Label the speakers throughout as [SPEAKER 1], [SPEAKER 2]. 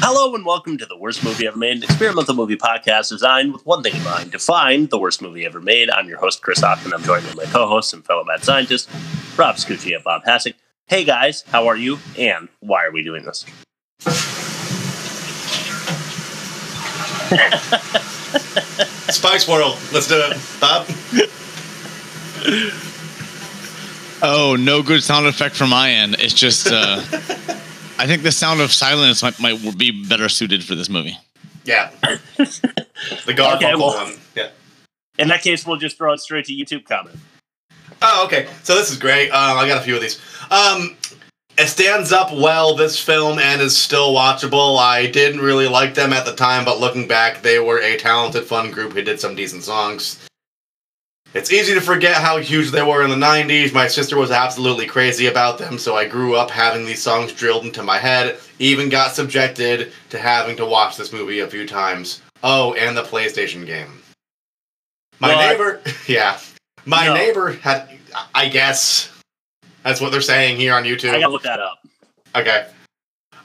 [SPEAKER 1] Hello and welcome to the worst movie ever made, an experimental movie podcast designed with one thing in mind: to find the worst movie ever made. I'm your host Chris Hoffman. I'm joined by my co-hosts and fellow mad scientist Rob Scucci and Bob Hassick. Hey guys, how are you? And why are we doing this?
[SPEAKER 2] Spike Swirl. Let's do it. Bob?
[SPEAKER 3] Oh, no good sound effect from my end. It's just, uh, I think the sound of silence might, might be better suited for this movie.
[SPEAKER 2] Yeah. The Garfunkel
[SPEAKER 1] Okay, well-
[SPEAKER 2] one. Yeah.
[SPEAKER 1] In that case, we'll just throw it straight to YouTube comment.
[SPEAKER 2] Oh, okay. So this is great. Um, I got a few of these. Um, it stands up well, this film, and is still watchable. I didn't really like them at the time, but looking back, they were a talented, fun group who did some decent songs. It's easy to forget how huge they were in the 90s. My sister was absolutely crazy about them, so I grew up having these songs drilled into my head, even got subjected to having to watch this movie a few times. Oh, and the PlayStation game. My
[SPEAKER 1] Well, I-
[SPEAKER 2] neighbor. yeah. My
[SPEAKER 1] No.
[SPEAKER 2] neighbor had. I guess. That's what they're saying here on YouTube.
[SPEAKER 1] I gotta look that up.
[SPEAKER 2] Okay.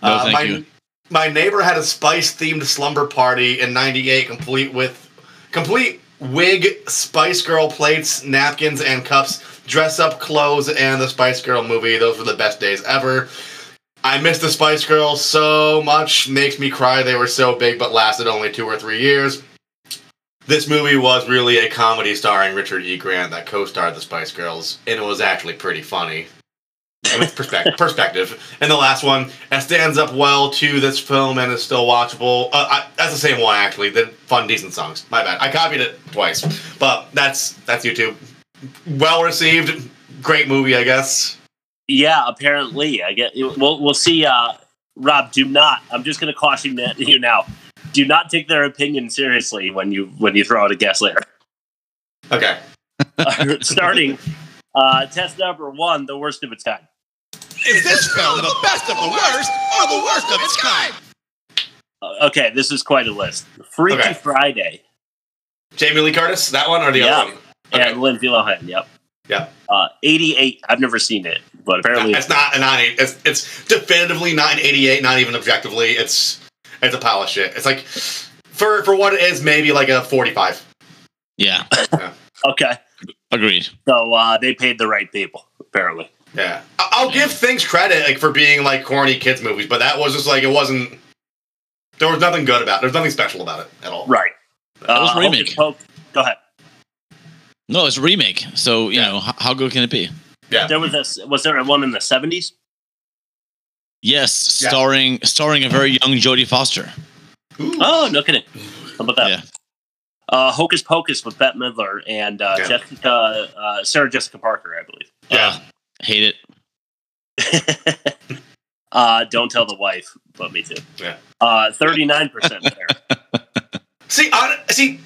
[SPEAKER 3] No,
[SPEAKER 2] Uh,
[SPEAKER 3] thank
[SPEAKER 2] my,
[SPEAKER 3] you.
[SPEAKER 2] my neighbor had a spice themed slumber party in '98, complete with complete wig, Spice Girl plates, napkins, and cups, dress up clothes, and the Spice Girl movie. Those were the best days ever. I miss the Spice Girls so much. Makes me cry. They were so big, but lasted only two or three years. This movie was really a comedy starring Richard E. Grant that co-starred the Spice Girls, and it was actually pretty funny with perspective. perspective. And the last one, it stands up well to this film and is still watchable. Uh, I, that's the same one actually. The fun, decent songs. My bad. I copied it twice, but that's that's YouTube. Well received. Great movie, I guess.
[SPEAKER 1] Yeah, apparently. I get. We'll we'll see. Uh, Rob, do not. I'm just gonna caution that- you now. Do not take their opinion seriously when you when you throw out a guess later.
[SPEAKER 2] Okay.
[SPEAKER 1] Starting uh, test number one, the worst of its kind.
[SPEAKER 3] Is this film the best of the worst or the worst of its kind?
[SPEAKER 1] Uh, okay, this is quite a list. Freaky
[SPEAKER 2] Okay.
[SPEAKER 1] Friday
[SPEAKER 2] Jamie Lee Curtis, that one or the
[SPEAKER 1] Yeah.
[SPEAKER 2] other one? Okay.
[SPEAKER 1] and Lindsay Lohan. Yep.
[SPEAKER 2] Yeah.
[SPEAKER 1] Uh, 88. I've never seen it, but apparently
[SPEAKER 2] It's not a nine. It's it's definitively not an eighty-eight. Not even objectively. It's it's a pile of shit. It's like for for what it is, maybe like a forty-five.
[SPEAKER 3] Yeah,
[SPEAKER 1] okay.
[SPEAKER 3] agreed.
[SPEAKER 1] So uh, they paid the right people. Apparently,
[SPEAKER 2] Yeah, I- I'll give things credit like for being like corny kids movies, but that was just like it wasn't. There was nothing good about. it. There's nothing special about it at all.
[SPEAKER 1] right.
[SPEAKER 3] was
[SPEAKER 1] Uh,
[SPEAKER 3] remake.
[SPEAKER 1] Hocus Pocus- Go ahead.
[SPEAKER 3] No, it's a remake. So, you
[SPEAKER 2] Yeah.
[SPEAKER 3] know, h- how good can it be?
[SPEAKER 1] There was a was there one in the 70s?
[SPEAKER 3] Yes,
[SPEAKER 2] Yeah.
[SPEAKER 3] starring starring a very young Jodie Foster.
[SPEAKER 2] Ooh.
[SPEAKER 1] Oh, no kidding. How about that?
[SPEAKER 3] Yeah.
[SPEAKER 1] Uh, Hocus Pocus with Bette Midler and uh,
[SPEAKER 2] Yeah.
[SPEAKER 1] Jessica, uh, Sarah Jessica Parker, I believe.
[SPEAKER 2] Yeah.
[SPEAKER 3] Uh, hate it.
[SPEAKER 1] uh, don't tell the wife, but me too.
[SPEAKER 2] Yeah.
[SPEAKER 1] Uh, 39% there.
[SPEAKER 2] See, on, see,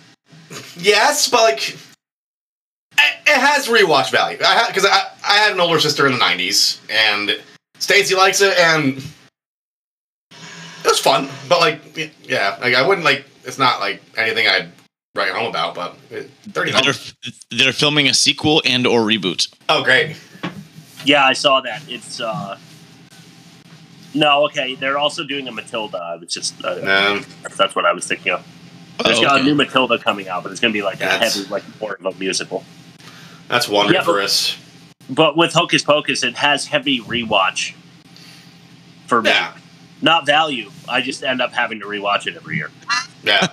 [SPEAKER 2] yes, but like it, it has rewatch value. I because I I had an older sister in the '90s, and Stacy likes it, and it was fun. But like, yeah, like I wouldn't like. It's not like anything I'd write home about. But it- thirty.
[SPEAKER 3] They're, they're filming a sequel and or reboot.
[SPEAKER 2] Oh, great.
[SPEAKER 1] Yeah, I saw that. It's. Uh, no, okay. They're also doing a Matilda. I was just. Uh,
[SPEAKER 2] Um,
[SPEAKER 1] That's what I was thinking of. There's
[SPEAKER 3] Oh,
[SPEAKER 1] got a
[SPEAKER 3] okay.
[SPEAKER 1] new Matilda coming out, but it's going to be like a
[SPEAKER 2] Yes.
[SPEAKER 1] heavy, like more of a musical.
[SPEAKER 2] that's wondrous.
[SPEAKER 1] But with Hocus Pocus, it has heavy rewatch for me.
[SPEAKER 2] Yeah,
[SPEAKER 1] Not value. I just end up having to rewatch it every year.
[SPEAKER 2] yeah.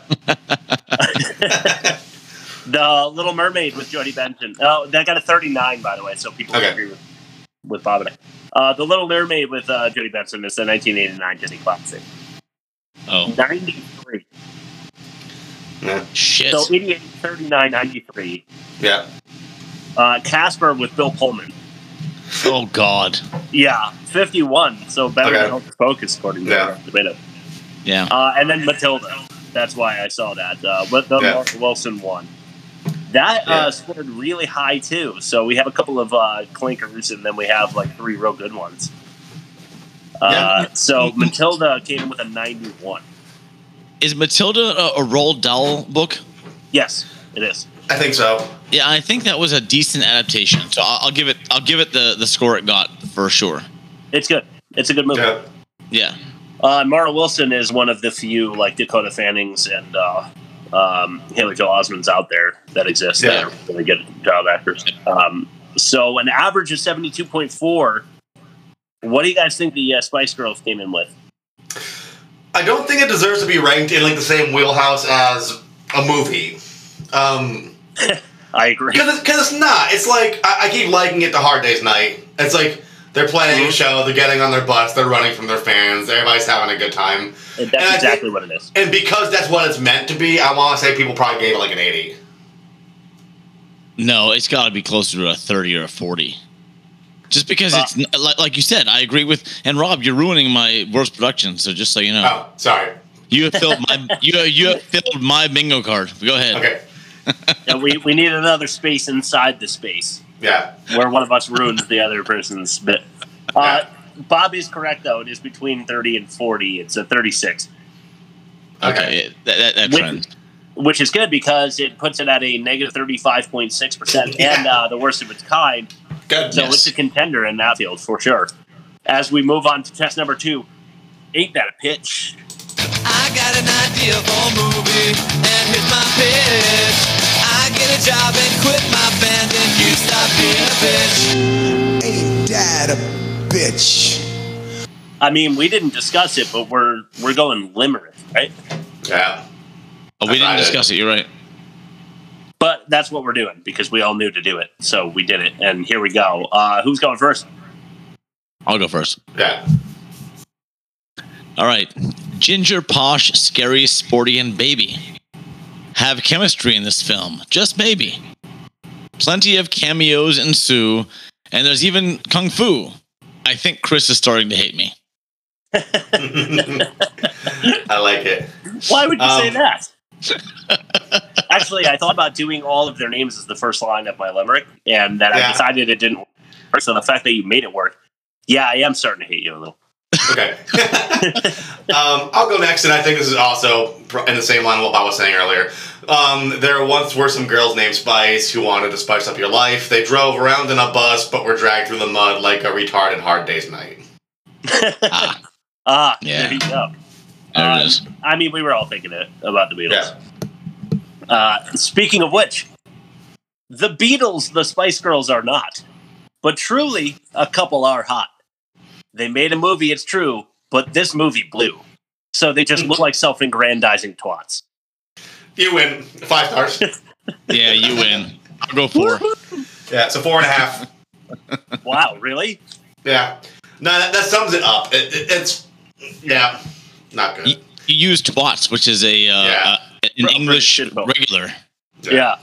[SPEAKER 1] The Little Mermaid with Jodie Benson. Oh, that got a 39, by the way, so people
[SPEAKER 2] Okay.
[SPEAKER 1] agree with, with Bob and I. Uh, the Little Mermaid with uh, Jodie Benson is the 1989 Disney classic.
[SPEAKER 3] Oh,
[SPEAKER 1] 93.
[SPEAKER 3] shit.
[SPEAKER 1] So 88, 39, 93.
[SPEAKER 2] yeah.
[SPEAKER 1] Uh, Casper with Bill Pullman.
[SPEAKER 3] Oh, God.
[SPEAKER 1] Yeah, 51. So better
[SPEAKER 2] Okay.
[SPEAKER 1] than Hocus Pocus, according to
[SPEAKER 2] Yeah.
[SPEAKER 1] Rotten Tomatoes.
[SPEAKER 3] Yeah.
[SPEAKER 1] Uh, and then Matilda. That's why I saw that. Uh, but the
[SPEAKER 2] Yeah.
[SPEAKER 1] Mark Wilson one. That
[SPEAKER 2] Yeah.
[SPEAKER 1] uh, scored really high, too. So we have a couple of uh, clinkers, and then we have like three real good ones. Uh, So Matilda came in with a 91.
[SPEAKER 3] Is Matilda a, a Roald Dahl book?
[SPEAKER 1] Yes, it is.
[SPEAKER 2] I think so.
[SPEAKER 3] Yeah, I think that was a decent adaptation. So I'll, I'll give it. I'll give it the the score it got for sure.
[SPEAKER 1] It's good. It's a good movie.
[SPEAKER 2] Yeah.
[SPEAKER 3] Yeah,
[SPEAKER 1] Uh, Mara Wilson is one of the few like Dakota Fannings and uh, um, Haley Joel Osmonds out there that exist
[SPEAKER 2] Yeah.
[SPEAKER 1] that are really good child actors. Um, so an average of seventy two point four. What do you guys think the uh, Spice Girls came in with?
[SPEAKER 2] I don't think it deserves to be ranked in like the same wheelhouse as a movie. Um,
[SPEAKER 1] I agree.
[SPEAKER 2] because it's, 'cause it's not. It's like I, I keep liking it to Hard Day's Night. It's like they're playing a show, they're getting on their bus, they're running from their fans, everybody's having a good time.
[SPEAKER 1] That's
[SPEAKER 2] I think-
[SPEAKER 1] exactly what it is.
[SPEAKER 2] And because that's what it's meant to be, I want to say people probably gave it like an eighty.
[SPEAKER 3] No, it's got to be closer to a 30 or a 40. Just because it's n- like, like you said, I agree with. And Rob, you're ruining my worst production. So just so you know,
[SPEAKER 2] Oh, sorry.
[SPEAKER 3] you have filled my you you have filled my bingo card. Go ahead.
[SPEAKER 2] Okay.
[SPEAKER 1] And we, we need another space inside the space
[SPEAKER 2] Yeah.
[SPEAKER 1] where one of us ruins the other person's bit. Uh, Bob is correct, though. It is between 30 and 40. It's a 36,
[SPEAKER 3] Okay,
[SPEAKER 2] Okay.
[SPEAKER 3] yeah, that, that, that
[SPEAKER 1] Wait.
[SPEAKER 3] trend.
[SPEAKER 1] which is good because it puts it at a negative 35.6% and uh, the worst of its kind.
[SPEAKER 2] Good.
[SPEAKER 1] So
[SPEAKER 3] Yes.
[SPEAKER 1] it's a contender in that field for sure. As we move on to test number two, ain't that a pitch?
[SPEAKER 4] I got an idea for a movie, and here's my pitch. I get a job and quit my band, and you stop being a bitch.
[SPEAKER 5] Ain't that a bitch?
[SPEAKER 1] I mean, we didn't discuss it, but we're we're going Limerick, right?
[SPEAKER 2] Yeah.
[SPEAKER 3] Oh, we didn't
[SPEAKER 2] Divided.
[SPEAKER 3] discuss it. You're right.
[SPEAKER 1] But that's what we're doing because we all knew to do it, so we did it, and here we go. Uh, who's going first?
[SPEAKER 3] I'll go first.
[SPEAKER 2] Yeah.
[SPEAKER 3] All right. Ginger, posh, scary, sporty, and baby. Have chemistry in this film. Just maybe. Plenty of cameos ensue, and there's even kung fu. I think Chris is starting to hate me.
[SPEAKER 2] I like it.
[SPEAKER 1] Why would you say
[SPEAKER 2] Um,
[SPEAKER 1] that? Actually, I thought about doing all of their names as the first line of my limerick, and then I
[SPEAKER 2] Yeah.
[SPEAKER 1] decided it didn't work. So the fact that you made it work, yeah, I am starting to hate you a little.
[SPEAKER 2] Okay. um, I'll go next, and I think this is also pr- in the same line of what Bob was saying earlier. Um, there once were some girls named Spice who wanted to spice up your life. They drove around in a bus, but were dragged through the mud like a retard in Hard Day's Night.
[SPEAKER 3] Ah,
[SPEAKER 1] Ah,
[SPEAKER 3] Yeah.
[SPEAKER 1] there you go.
[SPEAKER 3] there
[SPEAKER 1] Um,
[SPEAKER 3] it is.
[SPEAKER 1] I mean, we were all thinking it about the Beatles. Uh, speaking of which, the Beatles, the Spice Girls are not, but truly, a couple are hot. They made a movie, it's true, but this movie blew. So they just look
[SPEAKER 2] Mm-hmm.
[SPEAKER 1] like self-aggrandizing twats.
[SPEAKER 2] You win. Five stars.
[SPEAKER 3] Yeah, you win. I'll go four.
[SPEAKER 2] yeah, so four and a half.
[SPEAKER 1] Wow, really?
[SPEAKER 2] Yeah. No, that, that sums it up. It, it, it's, yeah, not
[SPEAKER 3] You,
[SPEAKER 2] good.
[SPEAKER 3] you use twats, which is a uh,
[SPEAKER 2] Yeah.
[SPEAKER 3] uh, an
[SPEAKER 1] Well,
[SPEAKER 3] English
[SPEAKER 1] pretty shitball.
[SPEAKER 3] regular.
[SPEAKER 1] Yeah.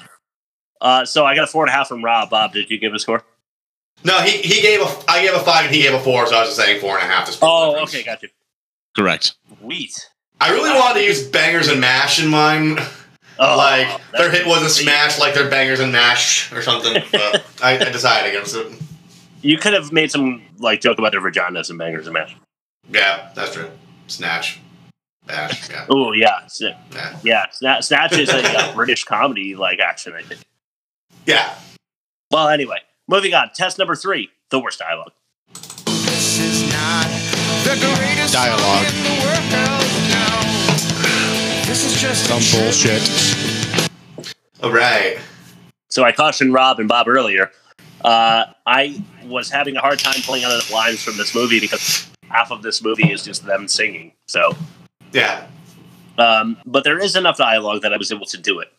[SPEAKER 1] Uh, so I got a four and a half from Rob. Bob, did you give a score?
[SPEAKER 2] No, he, he gave a, I gave a five and he gave a four, so I was just saying four and a half. to split the
[SPEAKER 1] Oh,
[SPEAKER 2] difference.
[SPEAKER 1] okay, gotcha.
[SPEAKER 3] Correct.
[SPEAKER 1] Wheat.
[SPEAKER 2] I really wanted to use bangers and mash in mine.
[SPEAKER 1] Oh,
[SPEAKER 2] like their
[SPEAKER 1] that's-
[SPEAKER 2] hit wasn't smash, like their bangers and mash or something. But I, I decided against it.
[SPEAKER 1] You could have made some like joke about their vaginas and bangers and mash.
[SPEAKER 2] Yeah, that's true. Snatch, bash. Yeah,
[SPEAKER 1] Oh yeah, Sna-
[SPEAKER 2] yeah.
[SPEAKER 1] yeah. Sna- Snatch is a uh, British comedy like action. I think.
[SPEAKER 2] yeah.
[SPEAKER 1] Well, anyway, moving on. Test number three: the worst dialogue.
[SPEAKER 4] This is not the greatest
[SPEAKER 6] Dialogue.
[SPEAKER 4] song in the world. No, this is just
[SPEAKER 6] Some bullshit.
[SPEAKER 2] All Oh, right.
[SPEAKER 1] So I cautioned Rob and Bob earlier. Uh, I was having a hard time pulling out the lines from this movie because half of this movie is just them singing. So
[SPEAKER 2] Yeah.
[SPEAKER 1] Um, but there is enough dialogue that I was able to do it.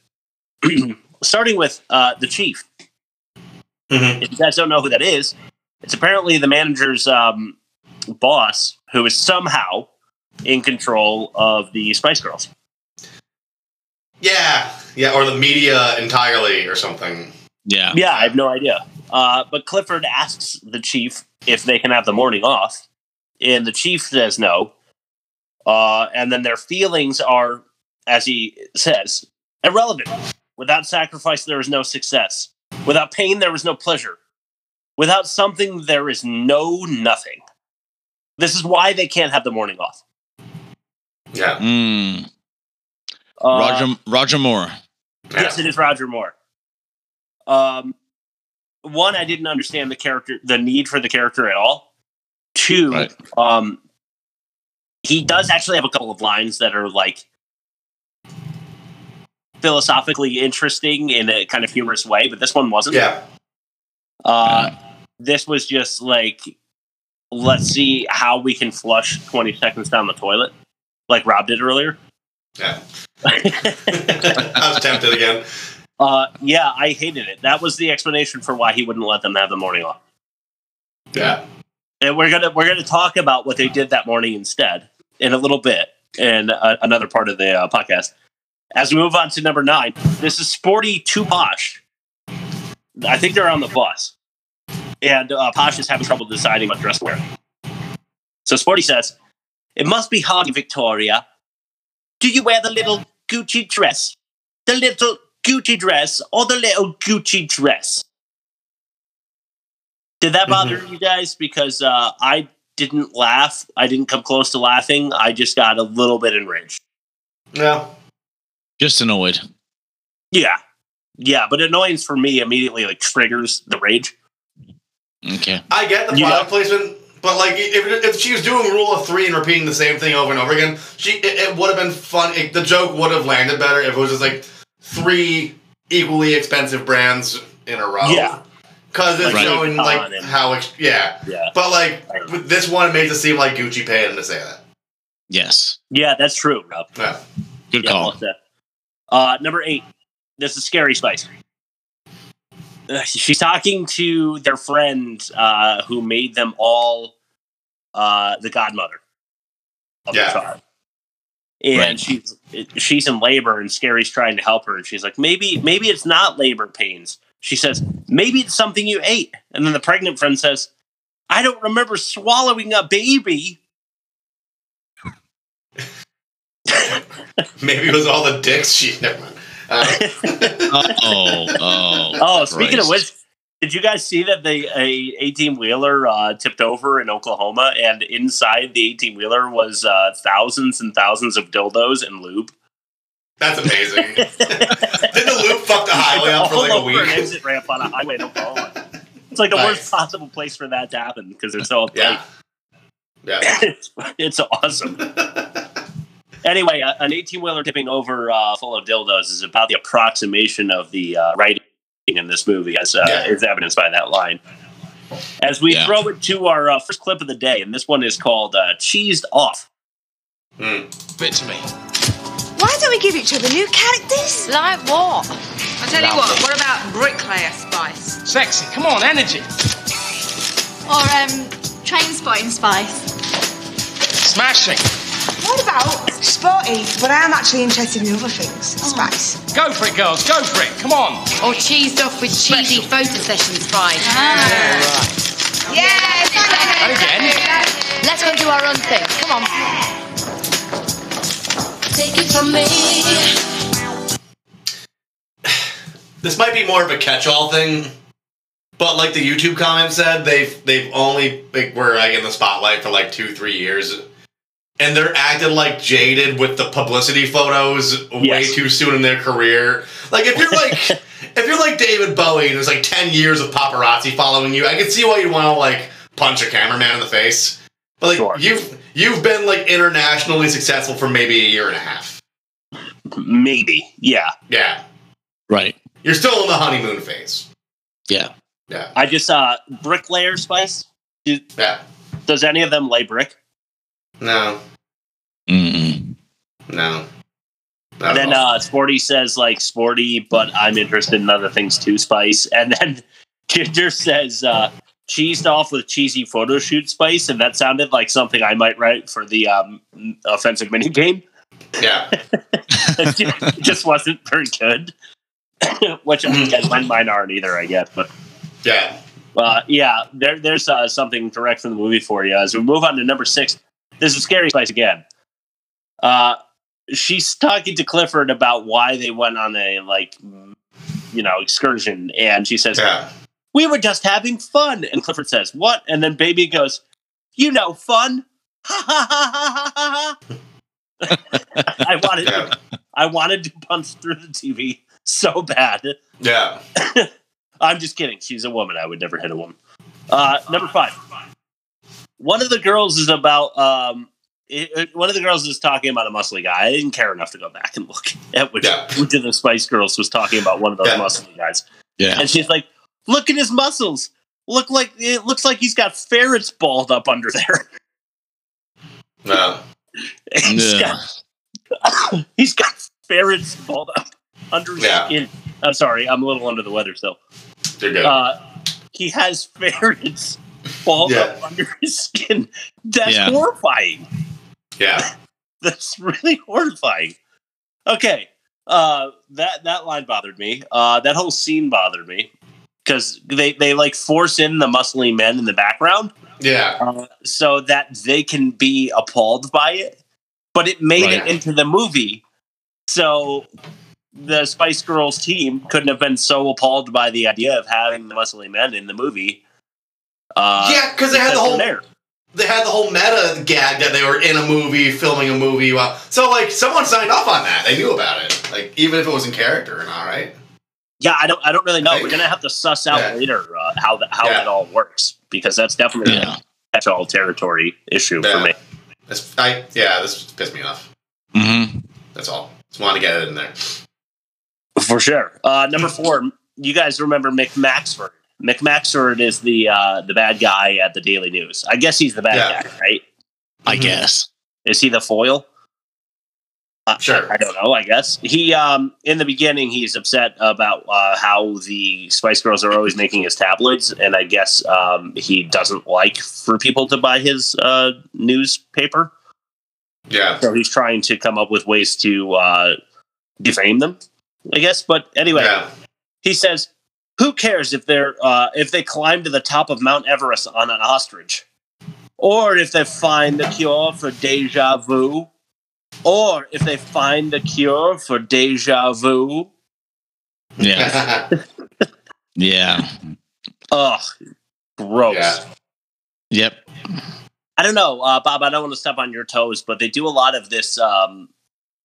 [SPEAKER 1] Starting with uh, the chief.
[SPEAKER 2] Mhm.
[SPEAKER 1] If you guys don't know who that is, it's apparently the manager's um, boss who is somehow in control of the Spice Girls.
[SPEAKER 2] Yeah. Yeah. Or the media entirely, or something.
[SPEAKER 3] Yeah.
[SPEAKER 1] Yeah, I have no idea. Uh, but Clifford asks the chief if they can have the morning off, and the chief says no. Uh, and then their feelings are, as he says, irrelevant. Without sacrifice, there is no success. Without pain, there is no pleasure. Without something, there is no nothing. This is why they can't have the morning off.
[SPEAKER 2] Yeah.
[SPEAKER 3] Mm.
[SPEAKER 1] Uh,
[SPEAKER 3] Roger Roger Moore.
[SPEAKER 2] Yeah.
[SPEAKER 1] Yes, it is Roger Moore. Um, one, I didn't understand the character, the need for the character at all. Two,
[SPEAKER 3] Right.
[SPEAKER 1] um, he does actually have a couple of lines that are like philosophically interesting in a kind of humorous way, but this one wasn't.
[SPEAKER 2] Yeah.
[SPEAKER 1] Uh, this was just like, let's see how we can flush 20 seconds down the toilet, like Rob did earlier.
[SPEAKER 2] Yeah. I was tempted again.
[SPEAKER 1] Uh, yeah, I hated it. That was the explanation for why he wouldn't let them have the morning off.
[SPEAKER 2] Yeah.
[SPEAKER 1] And we're gonna we're gonna talk about what they did that morning instead in a little bit in uh, another part of the uh, podcast. As we move on to number nine, this is Sporty to Posh. I think they're on the bus, and uh, Posh is having trouble deciding what dress to wear. So Sporty says, "It must be hard, Victoria. Do you wear the little Gucci dress, the little Gucci dress, or the little Gucci dress?" Did that bother you guys? Because uh, I didn't laugh. I didn't come close to laughing. I just got a little bit enraged.
[SPEAKER 2] No.
[SPEAKER 3] Just annoyed.
[SPEAKER 1] Yeah. Yeah, but annoyance for me immediately like triggers the rage.
[SPEAKER 3] Okay.
[SPEAKER 2] I get the
[SPEAKER 1] You
[SPEAKER 2] product placement, but like if, if she was doing rule of three and repeating the same thing over and over again, she it, it would have been fun. It, the joke would have landed better if it was just like three equally expensive brands in a row.
[SPEAKER 1] Yeah.
[SPEAKER 2] Because it's
[SPEAKER 1] Like
[SPEAKER 2] showing
[SPEAKER 1] Akon
[SPEAKER 2] like
[SPEAKER 1] and-
[SPEAKER 2] how ex- yeah,
[SPEAKER 1] Yeah.
[SPEAKER 2] but like with this one it makes it seem like Gucci paid him to say that.
[SPEAKER 3] Yes.
[SPEAKER 1] Yeah, that's true, Rob.
[SPEAKER 2] Yeah.
[SPEAKER 3] Good
[SPEAKER 1] Yeah,
[SPEAKER 3] call.
[SPEAKER 1] fuck that. Uh, number eight. This is Scary Spice. Ugh, She's talking to their friend uh, who made them all uh, the godmother of
[SPEAKER 2] Yeah.
[SPEAKER 1] the child. And
[SPEAKER 3] Right.
[SPEAKER 1] she's she's in labor, and Scary's trying to help her. And she's like, maybe maybe it's not labor pains. She says, maybe it's something you ate. And then the pregnant friend says, I don't remember swallowing a baby.
[SPEAKER 2] Maybe it was all the dicks she. Never mind. Uh,
[SPEAKER 3] Oh, oh.
[SPEAKER 1] Oh, speaking of
[SPEAKER 3] Christ.
[SPEAKER 1] which, did you guys see that the a eighteen wheeler uh, tipped over in Oklahoma, and inside the eighteen wheeler was uh, thousands and thousands of dildos and lube
[SPEAKER 2] that's amazing. Did the loop fuck the highway up for
[SPEAKER 1] all
[SPEAKER 2] like a
[SPEAKER 1] over an
[SPEAKER 2] week?
[SPEAKER 1] exit ramp on a highway in Oklahoma? It's like the
[SPEAKER 2] Nice.
[SPEAKER 1] worst possible place for that to happen because they're so
[SPEAKER 2] Yeah.
[SPEAKER 1] uptight.
[SPEAKER 2] Yeah.
[SPEAKER 1] it's, it's awesome. Anyway, uh, an eighteen wheeler tipping over uh, full of dildos is about the approximation of the uh, writing in this movie, as uh,
[SPEAKER 2] Yeah.
[SPEAKER 1] is evidenced by that line. As we
[SPEAKER 3] Yeah.
[SPEAKER 1] throw it to our uh, first clip of the day, and this one is called uh, "Cheesed Off."
[SPEAKER 2] Hmm.
[SPEAKER 3] Bit to me.
[SPEAKER 6] Why don't we give each other new characters?
[SPEAKER 7] Like what?
[SPEAKER 8] I'll tell you what, what about bricklayer spice?
[SPEAKER 9] Sexy. Come on, energy.
[SPEAKER 7] Or um, train spotting spice.
[SPEAKER 9] Smashing.
[SPEAKER 6] What about sporty? But I'm actually interested in other things.
[SPEAKER 8] Oh.
[SPEAKER 6] Spice.
[SPEAKER 9] Go for it, girls. Go for it. Come on.
[SPEAKER 8] Or cheesed off with cheesy photo session spice.
[SPEAKER 9] And again.
[SPEAKER 7] Let's go and do our own thing. Come on. Take it from me.
[SPEAKER 2] This might be more of a catch-all thing, but like the YouTube comment said, they've they've only like, were like in the spotlight for like two three years, and they're acting like jaded with the publicity photos way
[SPEAKER 1] Yes.
[SPEAKER 2] too soon in their career. Like if you're like if you're like David Bowie and there's like ten years of paparazzi following you, I can see why you'd want to like punch a cameraman in the face. But like
[SPEAKER 1] Sure.
[SPEAKER 2] you've you've been like internationally successful for maybe a year and a half.
[SPEAKER 1] Maybe, yeah.
[SPEAKER 2] Yeah,
[SPEAKER 3] Right.
[SPEAKER 2] you're still in the honeymoon phase.
[SPEAKER 3] Yeah.
[SPEAKER 2] Yeah,
[SPEAKER 1] I just uh, bricklayer spice. Do,
[SPEAKER 2] yeah.
[SPEAKER 1] does any of them lay brick?
[SPEAKER 2] No,
[SPEAKER 3] Mm-mm.
[SPEAKER 2] No. Not
[SPEAKER 1] then
[SPEAKER 2] at all.
[SPEAKER 1] uh, Sporty says like Sporty, but I'm interested in other things too, Spice. And then Ginger says uh, cheesed off with cheesy photo shoot Spice, and that sounded like something I might write for the um, offensive minigame.
[SPEAKER 2] yeah,
[SPEAKER 1] it just wasn't very good. Which I guess mine- mine aren't either, I guess. But
[SPEAKER 2] yeah.
[SPEAKER 1] uh, yeah, there, there's uh, something direct from the movie for you. As we move on to number six, this is Scary Spice again. Uh, she's talking to Clifford about why they went on a like, you know, excursion, and she says,
[SPEAKER 2] Yeah.
[SPEAKER 1] "We were just having fun." And Clifford says, "What?" And then Baby goes, "You know, fun." I wanted,
[SPEAKER 2] Yeah.
[SPEAKER 1] I wanted to punch through the TV so bad.
[SPEAKER 2] Yeah.
[SPEAKER 1] I'm just kidding. She's a woman. I would never hit a woman. Uh, number five. One of the girls is about um, it, it- one of the girls was talking about a muscly guy. I didn't care enough to go back and look at which,
[SPEAKER 2] Yeah.
[SPEAKER 1] which of the Spice Girls was talking about one of those
[SPEAKER 2] Yeah.
[SPEAKER 1] muscly guys.
[SPEAKER 3] Yeah.
[SPEAKER 1] And she's like, "Look at his muscles. Look like it looks like he's got ferrets balled up under there.
[SPEAKER 2] No.
[SPEAKER 1] he's
[SPEAKER 3] Yeah.
[SPEAKER 1] got he's got ferrets balled up under his
[SPEAKER 2] Yeah.
[SPEAKER 1] skin. I'm sorry, I'm a little under the weather still.
[SPEAKER 2] You're good.
[SPEAKER 1] Uh, he has ferrets balled
[SPEAKER 2] Yeah.
[SPEAKER 1] up under his skin. That's
[SPEAKER 3] Yeah.
[SPEAKER 1] horrifying.
[SPEAKER 2] yeah.
[SPEAKER 1] That's really horrifying. Okay. Uh that that line bothered me. Uh that whole scene bothered me cuz they they like force in the muscly men in the background
[SPEAKER 2] Yeah.
[SPEAKER 1] uh, so that they can be appalled by it. But it made it
[SPEAKER 2] Right.
[SPEAKER 1] into the movie. So the Spice Girls team couldn't have been so appalled by the idea of having the muscly men in the movie. Uh
[SPEAKER 2] yeah, because they had the
[SPEAKER 1] because
[SPEAKER 2] whole
[SPEAKER 1] they're there.
[SPEAKER 2] they had the whole meta gag that they were in a movie, filming a movie. While, so like someone signed off on that. They knew about it. Like even if it was in character or not, right?
[SPEAKER 1] Yeah, I don't. I don't really know. We're
[SPEAKER 2] Right.
[SPEAKER 1] gonna have to suss out
[SPEAKER 2] Yeah.
[SPEAKER 1] later uh, how the, how
[SPEAKER 2] Yeah.
[SPEAKER 1] it all works because that's definitely
[SPEAKER 3] Yeah.
[SPEAKER 1] a catch-all territory issue
[SPEAKER 2] Yeah.
[SPEAKER 1] for me.
[SPEAKER 2] That's I yeah. This pissed me off.
[SPEAKER 3] Mm-hmm.
[SPEAKER 2] That's all. Just wanted to get it in there.
[SPEAKER 1] For sure. Uh, number four, you guys remember Mick Maxford? Mick Maxford is the uh, the bad guy at the Daily News. I guess he's the bad
[SPEAKER 2] Yeah.
[SPEAKER 1] guy, right?
[SPEAKER 3] I
[SPEAKER 2] Mhm.
[SPEAKER 3] guess.
[SPEAKER 1] Is he the foil? Uh,
[SPEAKER 2] Sure.
[SPEAKER 1] I don't know. I guess he um, in the beginning he's upset about uh, how the Spice Girls are always making his tabloids, and I guess um, he doesn't like for people to buy his uh, newspaper.
[SPEAKER 2] Yeah.
[SPEAKER 1] So he's trying to come up with ways to uh, defame them, I guess. But anyway,
[SPEAKER 2] Yeah.
[SPEAKER 1] he says, "Who cares if they're uh, if they climb to the top of Mount Everest on an ostrich, or if they find the cure for deja vu, or if they find the cure for deja vu?"
[SPEAKER 3] Yeah. yeah.
[SPEAKER 1] Ugh, gross.
[SPEAKER 2] Yeah.
[SPEAKER 3] Yep.
[SPEAKER 1] I don't know, uh, Bob. I don't want to step on your toes, but they do a lot of this. Um,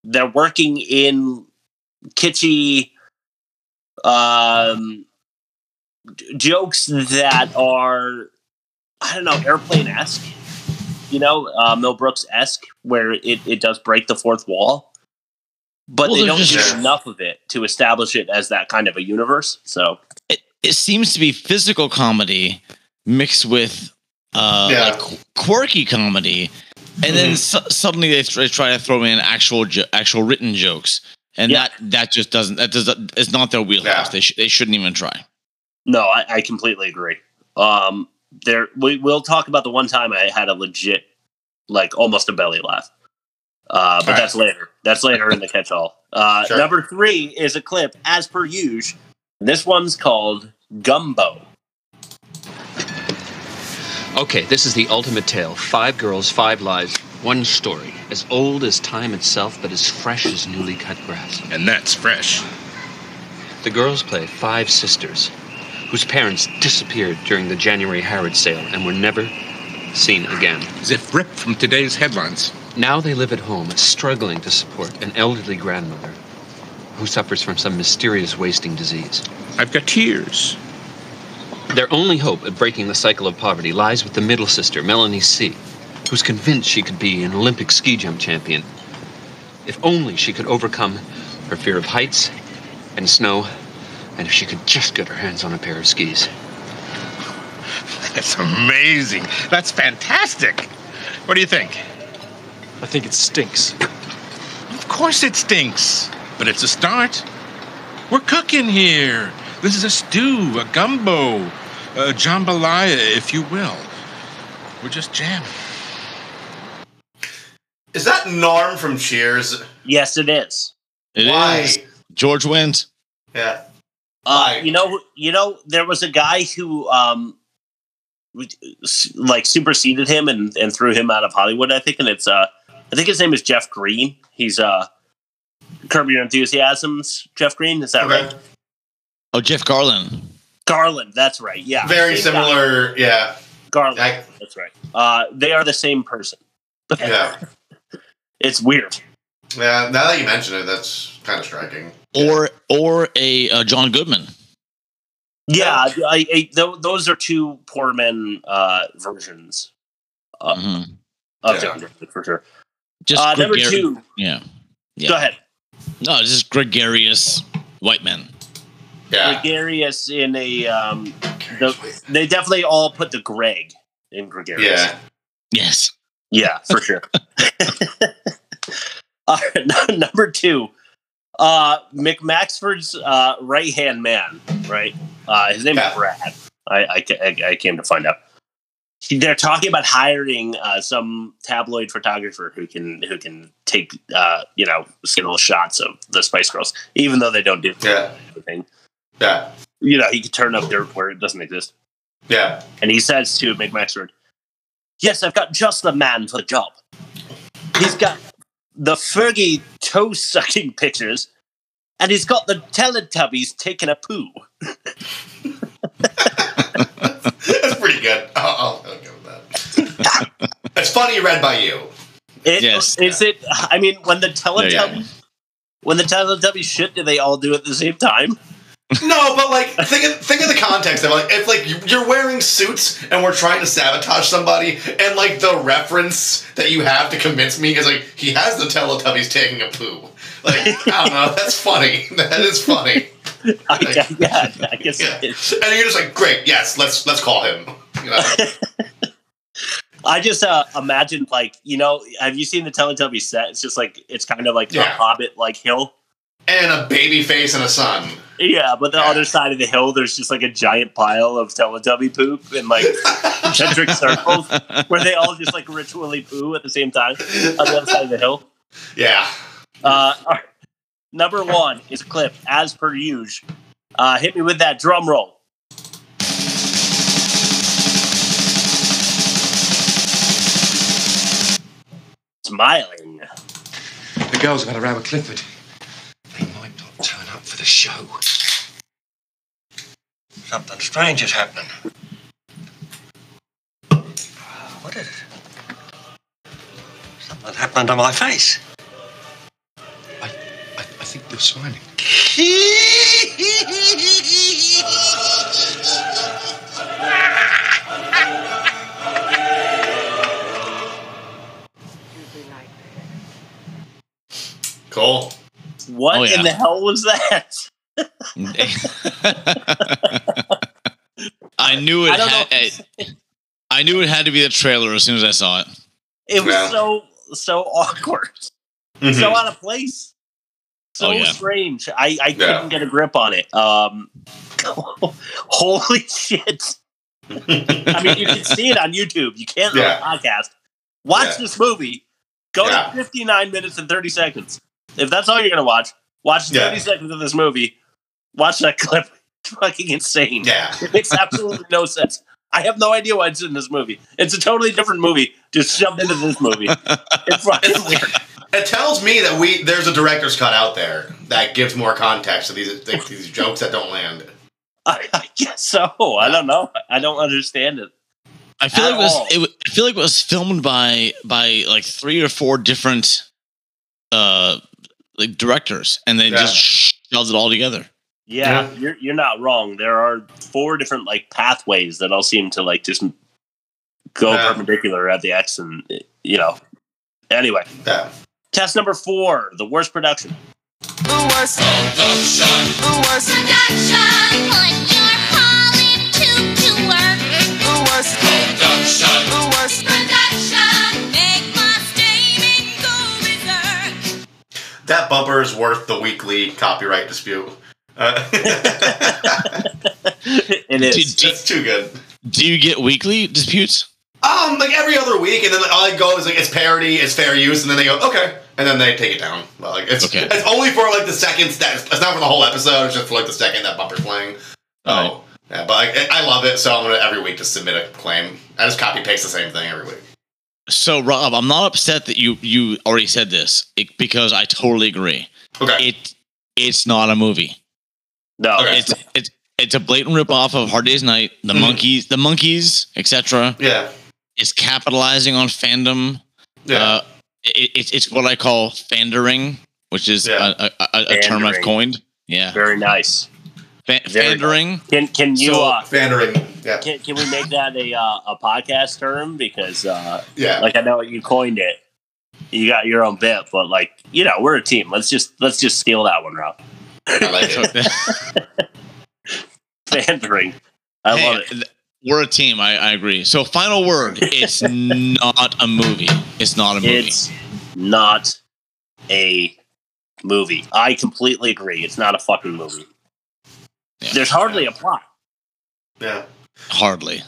[SPEAKER 1] they're working in kitschy um, j- jokes that are, I don't know, airplane esque. You know, uh, Mel Brooks esque, where it, it does break the fourth wall, but
[SPEAKER 3] Well,
[SPEAKER 1] they
[SPEAKER 3] they're
[SPEAKER 1] don't
[SPEAKER 3] just-
[SPEAKER 1] do enough of it to establish it as that kind of a universe. So
[SPEAKER 3] It, it seems to be physical comedy mixed with uh,
[SPEAKER 2] Yeah.
[SPEAKER 3] like qu- quirky comedy, and then su- suddenly they, tr- they try to throw in actual jo- actual written jokes, and
[SPEAKER 1] Yeah.
[SPEAKER 3] that that just doesn't that does it's not their wheelhouse.
[SPEAKER 2] Yeah.
[SPEAKER 3] They sh- they shouldn't even try.
[SPEAKER 1] No, I, I completely agree. Um, there, we will talk about the one time I had a legit, like almost a belly laugh. Uh, but
[SPEAKER 2] All right.
[SPEAKER 1] that's later. That's later in the catch-all. Uh,
[SPEAKER 2] Sure.
[SPEAKER 1] Number three is a clip, as per usual. This one's called Gumbo.
[SPEAKER 10] Okay, this is the ultimate tale. Five girls, five lives, one story. As old as time itself, but as fresh as newly cut grass.
[SPEAKER 9] And that's fresh.
[SPEAKER 10] The girls play five sisters whose parents disappeared during the January Harrod sale and were never seen again.
[SPEAKER 9] As if ripped from today's headlines.
[SPEAKER 10] Now they live at home, struggling to support an elderly grandmother who suffers from some mysterious wasting disease.
[SPEAKER 9] I've got tears.
[SPEAKER 10] Their only hope of breaking the cycle of poverty lies with the middle sister, Melanie C., who's convinced she could be an Olympic ski jump champion if only she could overcome her fear of heights and snow, and if she could just get her hands on a pair of skis.
[SPEAKER 9] That's amazing. That's fantastic. What do you think?
[SPEAKER 10] I think it stinks.
[SPEAKER 9] Of course it stinks, but it's a start. We're cooking here. This is a stew, a gumbo, a jambalaya, if you will. We're just jamming.
[SPEAKER 2] Is that Norm from Cheers?
[SPEAKER 1] Yes, it is.
[SPEAKER 3] It is
[SPEAKER 2] Why?
[SPEAKER 3] George wins.
[SPEAKER 2] Yeah.
[SPEAKER 1] Uh,
[SPEAKER 2] Right.
[SPEAKER 1] you know, you know, there was a guy who, um, s- like superseded him and, and threw him out of Hollywood. I think, and it's uh, I think his name is Jeff Green. He's uh, Curb Your Enthusiasm's Jeff Green. Is that
[SPEAKER 2] Okay.
[SPEAKER 1] right?
[SPEAKER 3] Oh, Jeff Garland.
[SPEAKER 1] Garland. That's right. Yeah,
[SPEAKER 2] Very
[SPEAKER 1] Same guy.
[SPEAKER 2] similar. Yeah.
[SPEAKER 1] Garland.
[SPEAKER 2] I,
[SPEAKER 1] that's right. Uh, they are the same person.
[SPEAKER 2] yeah.
[SPEAKER 1] It's weird.
[SPEAKER 2] Yeah. Now that you mention it, that's kind of striking.
[SPEAKER 3] Or or a uh, John Goodman.
[SPEAKER 1] Yeah, I, I, th- those are two poor men uh, versions
[SPEAKER 3] Mhm.
[SPEAKER 1] of
[SPEAKER 3] Yeah.
[SPEAKER 1] John Drakeford for sure.
[SPEAKER 3] Just
[SPEAKER 1] uh, number
[SPEAKER 3] gregari-
[SPEAKER 1] two.
[SPEAKER 3] Yeah. yeah.
[SPEAKER 1] Go ahead.
[SPEAKER 3] No, it's just gregarious white men.
[SPEAKER 1] Gregarious in a um, the, they definitely all put the Greg in gregarious.
[SPEAKER 3] Yeah. Yes.
[SPEAKER 1] Yeah, for sure. All right, number two, uh, McMaxford's uh, right hand man, right? Uh, his name is Brad. I, I, ca- I, I came to find out. They're talking about hiring uh, some tabloid photographer who can who can take uh, you know single shots of the Spice Girls, even though they don't do anything.
[SPEAKER 2] Yeah,
[SPEAKER 1] you know he could turn up dirt where it doesn't exist.
[SPEAKER 2] Yeah.
[SPEAKER 1] And he says to McMaxford, Yes, I've got just the man for the job. He's got the Fergie toe sucking pictures, and he's got the Teletubbies taking a poo.
[SPEAKER 2] That's pretty good. I'll, I'll, I'll go with that. it's funny read by you.
[SPEAKER 1] It, Is it? I mean, when the Teletubbies, when the Teletubbies shit, do they all do it at the same time?
[SPEAKER 2] No, but like think of, think of the context of like if like you- you're wearing suits and we're trying to sabotage somebody and like the reference that you have to convince me is like he has the Teletubbies taking a poo. Like I don't know, that's funny. That is funny.
[SPEAKER 1] yeah, I guess.
[SPEAKER 2] And you're just like, great, yes, let's let's call him. You know?
[SPEAKER 1] I just uh, imagine, like, you know, have you seen the Teletubbies set? It's just like, it's kind of like a
[SPEAKER 2] Yeah.
[SPEAKER 1] Hobbit like hill.
[SPEAKER 2] And a baby face and a son.
[SPEAKER 1] Yeah, but the other side of the hill, there's just like a giant pile of Teletubby poop in like concentric circles where they all just like ritually poo at the same time on the other side of the hill.
[SPEAKER 2] Yeah.
[SPEAKER 1] Uh, all right. Number one is clip, as per usual. Uh, hit me with that drum roll. Smiling.
[SPEAKER 11] The girls got around with Clifford. They might not turn up for the show. Something strange is happening. What is it? Something happened to my face. I, I, I think you're smiling.
[SPEAKER 2] Cool.
[SPEAKER 1] What
[SPEAKER 3] Oh, yeah.
[SPEAKER 1] in the hell was that?
[SPEAKER 3] I knew it.
[SPEAKER 1] I don't
[SPEAKER 3] had, I knew it had to be the trailer as soon as I saw it.
[SPEAKER 1] It was
[SPEAKER 3] Yeah.
[SPEAKER 1] so so awkward,
[SPEAKER 3] Mhm.
[SPEAKER 2] Mm-hmm.
[SPEAKER 1] so out of place, so
[SPEAKER 3] Oh, yeah.
[SPEAKER 1] strange. I I
[SPEAKER 3] Yeah.
[SPEAKER 1] couldn't get a grip on it. Um, holy shit! I mean, you can see it on YouTube. You can't
[SPEAKER 2] Yeah.
[SPEAKER 1] on a podcast. Watch
[SPEAKER 2] Yeah.
[SPEAKER 1] this movie. Go
[SPEAKER 2] Yeah.
[SPEAKER 1] to fifty nine minutes and thirty seconds. If that's all you're gonna watch, watch
[SPEAKER 2] Yeah.
[SPEAKER 1] thirty seconds of this movie. Watch that clip. It's fucking insane.
[SPEAKER 2] Yeah.
[SPEAKER 1] It makes absolutely no sense. I have no idea why it's in this movie. It's a totally different movie, just shoved into this movie. It's fucking weird.
[SPEAKER 2] It tells me that we there's a director's cut out there that gives more context to these these jokes that don't land.
[SPEAKER 1] I, I guess so. I don't know. I don't understand it.
[SPEAKER 3] I feel
[SPEAKER 1] At
[SPEAKER 3] like it was,
[SPEAKER 1] all.
[SPEAKER 3] it, wa- I feel like it was filmed by by like three or four different uh like directors, and they just shoved it all together.
[SPEAKER 1] Yeah, You're, you're not wrong. There are four different like pathways that all seem to like just go perpendicular at the X, and you know. Anyway, test number four: the worst production.
[SPEAKER 4] The worst production. The worst production. Put your pollen tube to work. The worst production. The worst production. Make my statement go berserk.
[SPEAKER 2] That bumper is worth the weekly copyright dispute. Uh,
[SPEAKER 1] it
[SPEAKER 3] is.
[SPEAKER 2] That's too good.
[SPEAKER 3] Do you get weekly disputes?
[SPEAKER 2] Um, like every other week, and then like, all I go is like it's parody, it's fair use, and then they go okay, and then they take it down. Well, like it's
[SPEAKER 3] Okay.
[SPEAKER 2] it's only for like the seconds that it's not for the whole episode. It's just for like the second that bumper's playing. Oh, yeah, but like, I I love it, so I'm gonna every week just submit a claim. I just copy paste the same thing every week.
[SPEAKER 3] So Rob, I'm not upset that you you already said this it, because I totally agree.
[SPEAKER 2] Okay.
[SPEAKER 3] It it's not a movie.
[SPEAKER 1] No,
[SPEAKER 3] it's it's it's a blatant ripoff of Hard Day's Night, The
[SPEAKER 1] Mm-hmm.
[SPEAKER 3] Monkeys, The Monkeys, etc.
[SPEAKER 2] Yeah,
[SPEAKER 3] it's capitalizing on fandom.
[SPEAKER 2] Yeah.
[SPEAKER 3] Uh, it, it's it's what I call fandering, which is a, a, a, a term I've
[SPEAKER 1] Fandering.
[SPEAKER 3] coined. Yeah,
[SPEAKER 1] very nice.
[SPEAKER 3] fandering.
[SPEAKER 1] Can can you
[SPEAKER 3] So-
[SPEAKER 1] uh,
[SPEAKER 2] Fandering. Yeah.
[SPEAKER 1] Can, can we make that a uh, a podcast term? Because uh,
[SPEAKER 2] Yeah.
[SPEAKER 1] like I know you coined it. You got your own bit, but like you know, we're a team. Let's just let's just steal that one, Rob.
[SPEAKER 2] I like it.
[SPEAKER 1] Pandering. I
[SPEAKER 3] love it. We're a team. I, I agree. So, final word. It's not a movie. It's not a movie.
[SPEAKER 1] It's not a movie. I completely agree. It's not a fucking movie. There's hardly a plot.
[SPEAKER 2] Yeah.
[SPEAKER 3] Hardly.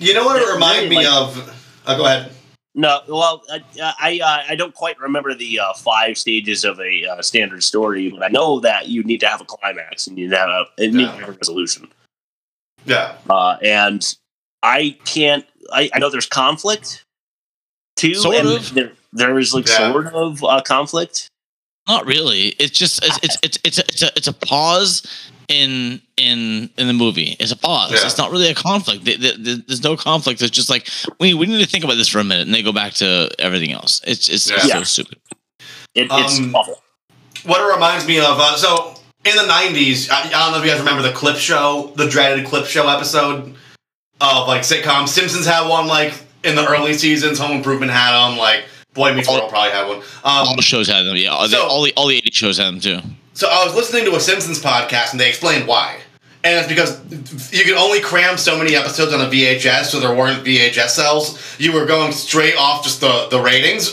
[SPEAKER 2] You know what it
[SPEAKER 1] Yeah,
[SPEAKER 2] reminded
[SPEAKER 1] really,
[SPEAKER 2] me
[SPEAKER 1] like-
[SPEAKER 2] of? Oh, go ahead.
[SPEAKER 1] No, well, I I, uh, I don't quite remember the uh, five stages of a uh, standard story, but I know that you need to have a climax and you need to have a, it needs to have a resolution.
[SPEAKER 2] Yeah.
[SPEAKER 1] Uh, and I can't. I, I know there's conflict too,
[SPEAKER 3] Sort
[SPEAKER 1] and
[SPEAKER 3] of.
[SPEAKER 1] there there is like
[SPEAKER 3] Yeah.
[SPEAKER 1] sort of uh, conflict.
[SPEAKER 3] Not really. It's just it's it's it's it's a, it's a, it's a pause in in in the movie. It's a pause.
[SPEAKER 2] Yeah.
[SPEAKER 3] It's not really a conflict. Th- th- th- There's no conflict. It's just like we we need to think about this for a minute, and they go back to everything else. It's it's
[SPEAKER 2] Yeah.
[SPEAKER 3] so
[SPEAKER 2] Yeah.
[SPEAKER 3] stupid.
[SPEAKER 2] Um, What it reminds me of, uh, so in the 90s, I, I don't know if you guys remember the clip show, the dreaded clip show episode of like sitcoms. Simpsons had one like in the early seasons, Home Improvement had them, like Boy Meets World probably had one. Um,
[SPEAKER 3] all the shows had them. Yeah, all the-
[SPEAKER 2] so-
[SPEAKER 3] all the all the eighty shows had them too.
[SPEAKER 2] So I was listening to a Simpsons podcast and they explained why. And it's because you could only cram so many episodes on a VHS, so there weren't VHS cells. You were going straight off just the, the ratings.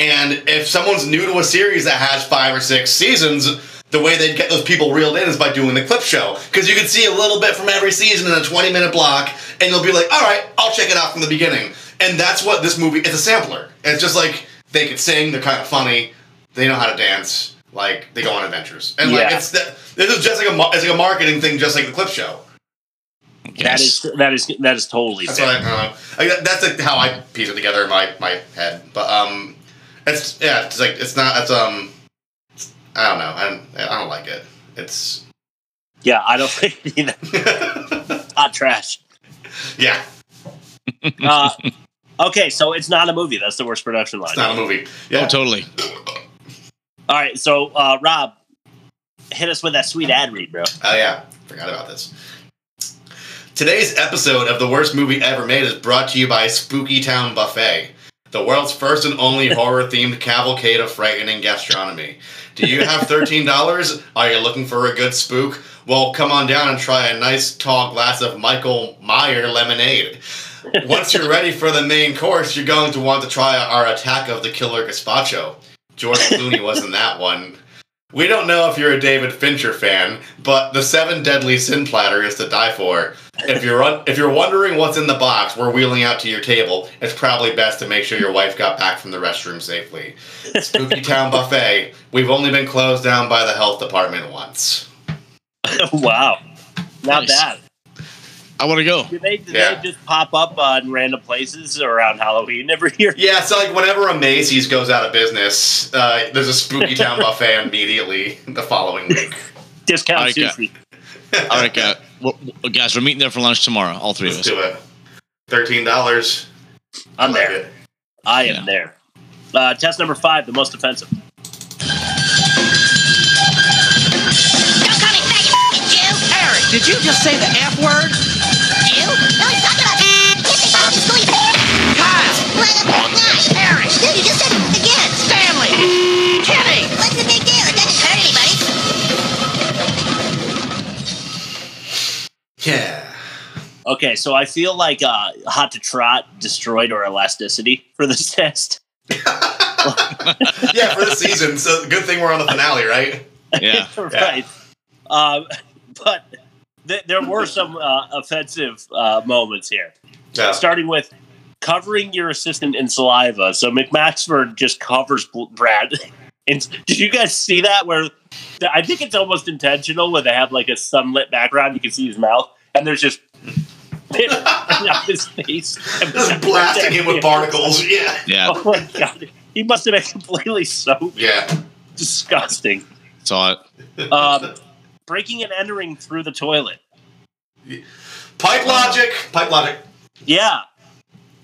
[SPEAKER 2] And if someone's new to a series that has five or six seasons, the way they'd get those people reeled in is by doing the clip show. Because you could see a little bit from every season in a 20 minute block, and you'll be like, all right, I'll check it out from the beginning. And that's what this movie it's a sampler. It's just like they could sing, they're kind of funny, they know how to dance, like they go on adventures. And like
[SPEAKER 1] Yeah.
[SPEAKER 2] it's the, this is just like a mar- it's like a marketing thing, just like the clip show.
[SPEAKER 1] That is that is that is totally.
[SPEAKER 2] That's
[SPEAKER 1] fair.
[SPEAKER 2] what I, I, don't know. uh, I that's like how I piece it together in my, my head. But um, it's yeah, it's like it's not it's um, I don't know. I don't, I don't like it. It's
[SPEAKER 1] Yeah, I don't think either. Hot trash.
[SPEAKER 2] Yeah.
[SPEAKER 1] Uh, okay, so it's not a movie. That's the worst production line.
[SPEAKER 2] it's not a movie. Yeah,
[SPEAKER 3] Oh, totally.
[SPEAKER 1] All right, so uh, Rob, hit us with that sweet ad read, bro.
[SPEAKER 2] Oh yeah, forgot about this. Today's episode of the worst movie ever made is brought to you by Spooky Town Buffet, the world's first and only horror-themed cavalcade of frightening gastronomy. Do you have thirteen dollars? Are you looking for a good spook? Well, come on down and try a nice tall glass of Michael Meyer lemonade. Once you're ready for the main course, you're going to want to try our Attack of the Killer Gazpacho. George Clooney was in that one. We don't know if you're a David Fincher fan, but the Seven Deadly Sin platter is to die for. If you're un- if you're wondering what's in the box we're wheeling out to your table, it's probably best to make sure your wife got back from the restroom safely. Spooky Town Buffet. We've only been closed down by the health department once.
[SPEAKER 1] wow, not bad.
[SPEAKER 3] I want to go.
[SPEAKER 1] Do they, do
[SPEAKER 2] Yeah.
[SPEAKER 1] they just pop up on random places around Halloween every year?
[SPEAKER 2] Yeah, so like whenever a Macy's goes out of business, uh, there's a Spooky Town Buffet immediately the following week.
[SPEAKER 1] Discount
[SPEAKER 3] All right, guys.
[SPEAKER 1] sushi.
[SPEAKER 3] All right, guys. We're, we're- guys, we're meeting there for lunch tomorrow. All three
[SPEAKER 2] Let's
[SPEAKER 3] of
[SPEAKER 2] do
[SPEAKER 3] us.
[SPEAKER 2] it. Thirteen dollars.
[SPEAKER 1] I'm there. I am there. Uh, test number five, the most offensive.
[SPEAKER 8] Eric, did you just say the F word?
[SPEAKER 4] You? No, he's talking about Get the fuck to school, you Kyle! Eric! Dude, you just said it again! Stanley! Kenny! What's the big deal? It doesn't hurt anybody.
[SPEAKER 2] Yeah.
[SPEAKER 1] Okay, so I feel like uh, Hot to Trot destroyed our elasticity for this test.
[SPEAKER 2] yeah, for the season. So good thing we're on the finale, right?
[SPEAKER 3] Yeah.
[SPEAKER 1] right. Um, but th- there were some uh, offensive uh, moments here.
[SPEAKER 2] Yeah.
[SPEAKER 1] Starting with covering your assistant in saliva. So McMaxford just covers Bl- Brad. And did you guys see that? Where th- I think it's almost intentional where they have like a sunlit background. You can see his mouth, and there's just. pit on his face.
[SPEAKER 2] Just blasting him with barnacles. Yeah.
[SPEAKER 3] Yeah.
[SPEAKER 1] Oh my god. He must have been completely soaked.
[SPEAKER 2] Yeah.
[SPEAKER 1] Disgusting.
[SPEAKER 3] Saw it.
[SPEAKER 1] Um, breaking and entering through the toilet.
[SPEAKER 2] Pipe logic. Pipe logic.
[SPEAKER 1] Yeah,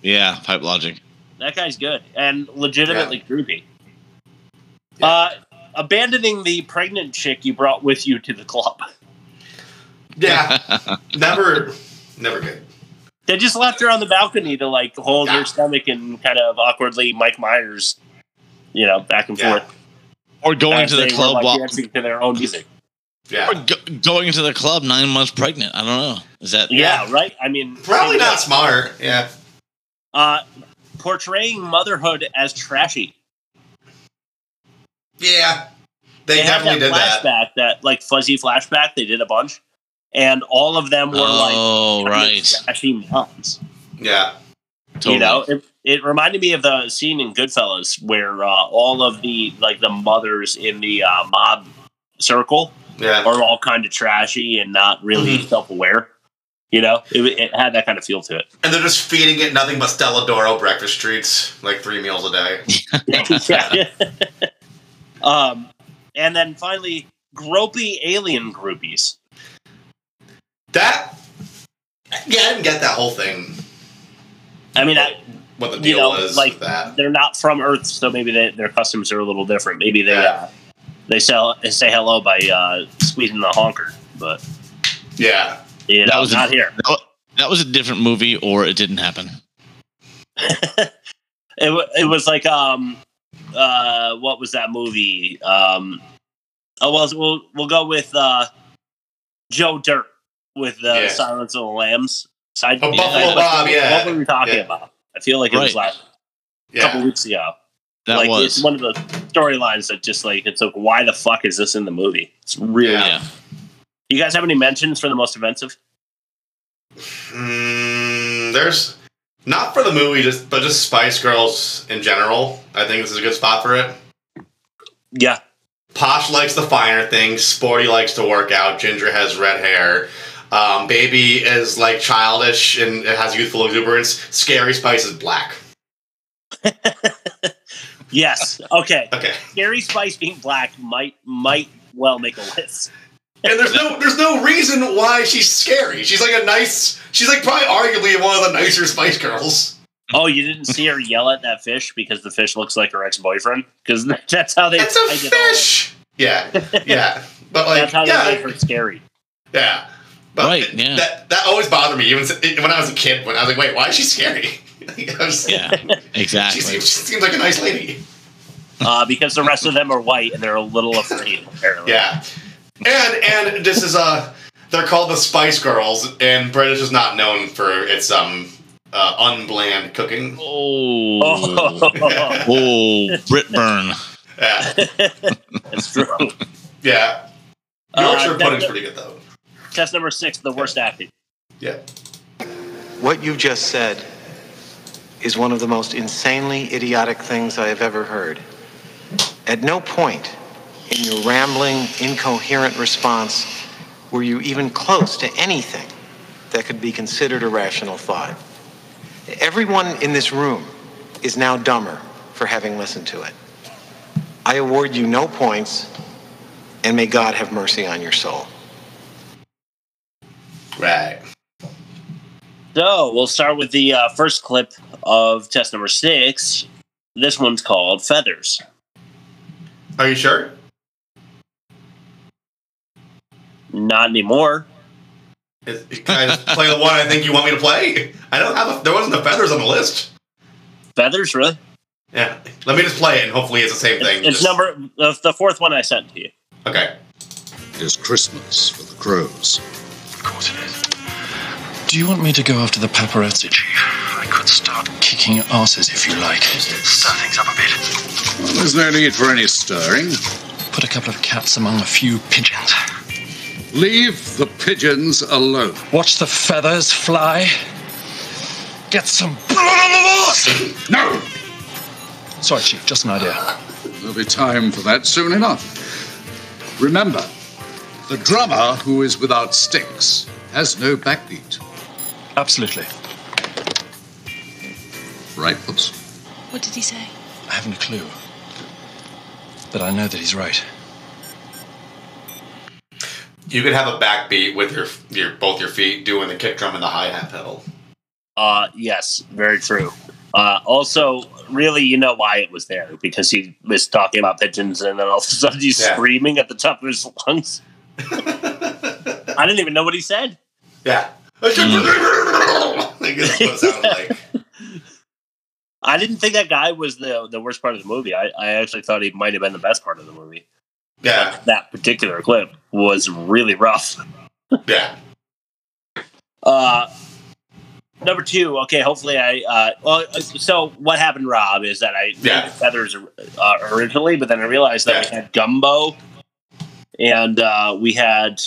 [SPEAKER 3] Yeah. Pipe logic.
[SPEAKER 1] that guy's good and legitimately creepy. Uh, abandoning the pregnant chick you brought with you to the club.
[SPEAKER 2] Yeah. never, never good.
[SPEAKER 1] They just left her on the balcony to like hold her stomach and kind of awkwardly Mike Myers, you know, back and forth.
[SPEAKER 3] Or going
[SPEAKER 1] As
[SPEAKER 3] to the
[SPEAKER 1] they were,
[SPEAKER 3] club
[SPEAKER 1] like,
[SPEAKER 3] while-
[SPEAKER 1] dancing to their own music.
[SPEAKER 2] Yeah.
[SPEAKER 3] Or go- going to the club nine months pregnant. I don't know. Is that
[SPEAKER 1] Yeah, right. I mean,
[SPEAKER 2] Probably not smart. Yeah.
[SPEAKER 1] Uh, portraying motherhood as trashy.
[SPEAKER 2] Yeah, they,
[SPEAKER 1] had
[SPEAKER 2] definitely did
[SPEAKER 1] flashback,
[SPEAKER 2] that.
[SPEAKER 1] that. like fuzzy flashback. They did a bunch, and all of them were
[SPEAKER 3] Oh,
[SPEAKER 1] like kind of
[SPEAKER 3] right.
[SPEAKER 1] trashy moms.
[SPEAKER 2] Yeah.
[SPEAKER 1] You know, it, it reminded me of the scene in Goodfellas where uh, all of the like the mothers in the uh, mob circle
[SPEAKER 2] Yeah.
[SPEAKER 1] are all kind of trashy and not really
[SPEAKER 2] Mm-hmm.
[SPEAKER 1] self aware. You know, it, it had that kind of feel to it.
[SPEAKER 2] And they're just feeding it nothing but Stella Doro breakfast treats, like three meals a day.
[SPEAKER 1] yeah. um, and then finally, gropey alien groupies.
[SPEAKER 2] That, yeah, I didn't get that whole thing.
[SPEAKER 1] I mean, I,
[SPEAKER 2] What the
[SPEAKER 1] you
[SPEAKER 2] deal
[SPEAKER 1] know,
[SPEAKER 2] is
[SPEAKER 1] like
[SPEAKER 2] with that?
[SPEAKER 1] they're not from Earth, so maybe they, their customs are a little different. Maybe they uh, they sell they say hello by uh, squeezing the honker, but
[SPEAKER 2] yeah,
[SPEAKER 1] you know, not here.
[SPEAKER 3] That, that was a different movie, or it didn't happen.
[SPEAKER 1] It, wa- it was like um uh what was that movie um oh well we'll we'll go with uh Joe Dirt with uh,
[SPEAKER 2] Yeah.
[SPEAKER 1] Silence of the Lambs side
[SPEAKER 2] Oh, Buffalo Bob, yeah.
[SPEAKER 1] what were we talking
[SPEAKER 2] Yeah.
[SPEAKER 1] about I feel like it was
[SPEAKER 3] Right.
[SPEAKER 1] last a
[SPEAKER 2] Yeah.
[SPEAKER 1] couple weeks ago
[SPEAKER 3] That
[SPEAKER 1] like
[SPEAKER 3] was.
[SPEAKER 1] it's one of the storylines that just like it's like why the fuck is this in the movie it's really
[SPEAKER 3] Yeah.
[SPEAKER 1] you guys have any mentions for the most offensive
[SPEAKER 2] Mm, there's not for the movie, just but just Spice Girls in general. I think this is a good spot for it.
[SPEAKER 1] Yeah.
[SPEAKER 2] Posh likes the finer things. Sporty likes to work out. Ginger has red hair. Um, baby is like childish and it has youthful exuberance. Scary Spice is black.
[SPEAKER 1] yes okay
[SPEAKER 2] Okay.
[SPEAKER 1] Gary Spice being black might might well make a list
[SPEAKER 2] And there's no there's no reason why she's scary. She's like a nice. She's like probably arguably one of the nicer Spice Girls.
[SPEAKER 1] Oh, you didn't see her yell at that fish because the fish looks like her ex boyfriend? Because that's how they.
[SPEAKER 2] It's a
[SPEAKER 1] I did all-
[SPEAKER 2] fish. Yeah, yeah. But like,
[SPEAKER 1] that's how
[SPEAKER 2] yeah,
[SPEAKER 1] they make her scary.
[SPEAKER 2] yeah. But
[SPEAKER 3] Right. Yeah.
[SPEAKER 2] that that always bothered me. Even s- when I was a kid, when I was like, wait, why is she scary? I was-
[SPEAKER 3] yeah.
[SPEAKER 2] She
[SPEAKER 3] Exactly.
[SPEAKER 2] seems, she seems like a nice lady.
[SPEAKER 1] Uh, because the rest of them are white and they're a little afraid, apparently.
[SPEAKER 2] Yeah. And and this is uh they're called the Spice Girls, and British is not known for its um uh, unbland cooking.
[SPEAKER 3] Oh. oh, Britburn.
[SPEAKER 2] Yeah,
[SPEAKER 1] That's true.
[SPEAKER 2] yeah.
[SPEAKER 1] Uh,
[SPEAKER 2] Yorkshire
[SPEAKER 1] that-
[SPEAKER 2] pudding's pretty good though.
[SPEAKER 1] Test number six, the worst acting.
[SPEAKER 2] Yeah.
[SPEAKER 12] What you've just said is one of the most insanely idiotic things I have ever heard. At no point in your rambling, incoherent response were you even close to anything that could be considered a rational thought. Everyone in this room is now dumber for having listened to it. I award you no points, and may God have mercy on your soul.
[SPEAKER 2] Right.
[SPEAKER 1] So we'll start with the uh, first clip of test number six. This one's called Feathers.
[SPEAKER 2] Are you sure?
[SPEAKER 1] Not anymore.
[SPEAKER 2] Is- Can I just play the one I think you want me to play? I don't have. A, there wasn't the feathers on the list.
[SPEAKER 1] Feathers, really?
[SPEAKER 2] Yeah. Let me just play it, and hopefully it's the same thing.
[SPEAKER 1] It's
[SPEAKER 2] Just-
[SPEAKER 1] number the, the fourth one I sent to you.
[SPEAKER 2] Okay.
[SPEAKER 13] It is Christmas for the crows.
[SPEAKER 11] Of course it is. Do you want me to go after the paparazzi? I could start kicking asses if you like. Stir things up a bit.
[SPEAKER 13] Well, there's no need for any stirring.
[SPEAKER 11] Put a couple of cats among a few pigeons.
[SPEAKER 13] Leave the pigeons alone.
[SPEAKER 11] Watch the feathers fly. Get some blood on the walls!
[SPEAKER 13] No!
[SPEAKER 11] Sorry, Chief, just an idea.
[SPEAKER 13] There'll be time for that soon enough. Remember, the drummer who is without sticks has no backbeat.
[SPEAKER 11] Absolutely.
[SPEAKER 13] Right, Whoops.
[SPEAKER 7] What did he say?
[SPEAKER 11] I haven't a clue. But I know that he's right.
[SPEAKER 2] You could have a backbeat with your your both your feet doing the kick drum and the hi hat pedal.
[SPEAKER 1] Uh, yes, very true. Uh, also, really, you know why it was there because he was talking about pigeons, and then all of a sudden he's
[SPEAKER 2] Yeah.
[SPEAKER 1] screaming at the top of his lungs. I didn't even know what he said.
[SPEAKER 2] Yeah. think is what it sounds like.
[SPEAKER 1] I didn't think that guy was the the worst part of the movie. I, I actually thought he might have been the best part of the movie.
[SPEAKER 2] Yeah.
[SPEAKER 1] that particular clip was really rough.
[SPEAKER 2] yeah.
[SPEAKER 1] Uh, number two. Okay, hopefully I. Uh, well, so what happened, Rob, is that I named
[SPEAKER 2] Yeah.
[SPEAKER 1] it feathers uh, originally, but then I realized that we had gumbo, and uh, we had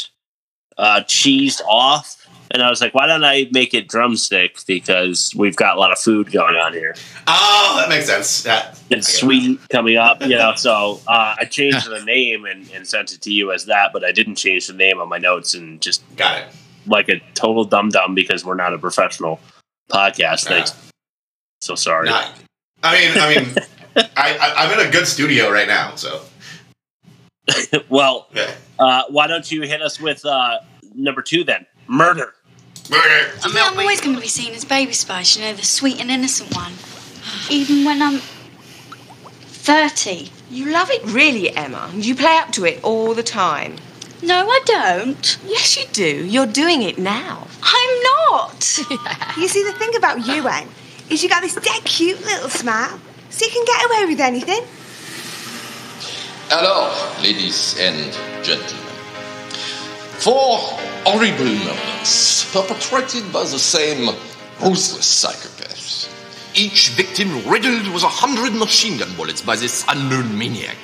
[SPEAKER 1] uh, cheesed off. And I was like, why don't I make it drumstick? Because we've got a lot of food going on here.
[SPEAKER 2] Oh, that makes sense. Yeah.
[SPEAKER 1] It's sweet coming up, you know. So uh, I changed the name and, and sent it to you as that, but I didn't change the name on my notes and just
[SPEAKER 2] got it
[SPEAKER 1] like a total dum dum because we're not a professional podcast. Thanks. So sorry.
[SPEAKER 2] Ah. Not- I mean, I mean, I, I, I'm in a good studio right now, so
[SPEAKER 1] well, uh, why don't you hit us with uh, number two then? Murder.
[SPEAKER 2] Murder.
[SPEAKER 7] I mean, I'm always going to be seen as Baby Spice, you know, the sweet and innocent one. Even when I'm 30.
[SPEAKER 8] You love it really, Emma. You play up to it all the time.
[SPEAKER 7] No, I don't.
[SPEAKER 8] Yes, you do. You're doing it now.
[SPEAKER 6] I'm not. you see, the thing about you, Anne, is you got this dead cute little smile, so you can get away with anything.
[SPEAKER 14] Alors, ladies and gentlemen, four horrible murders perpetrated by the same ruthless psychopaths. Each victim riddled with a hundred machine gun bullets by this unknown maniac.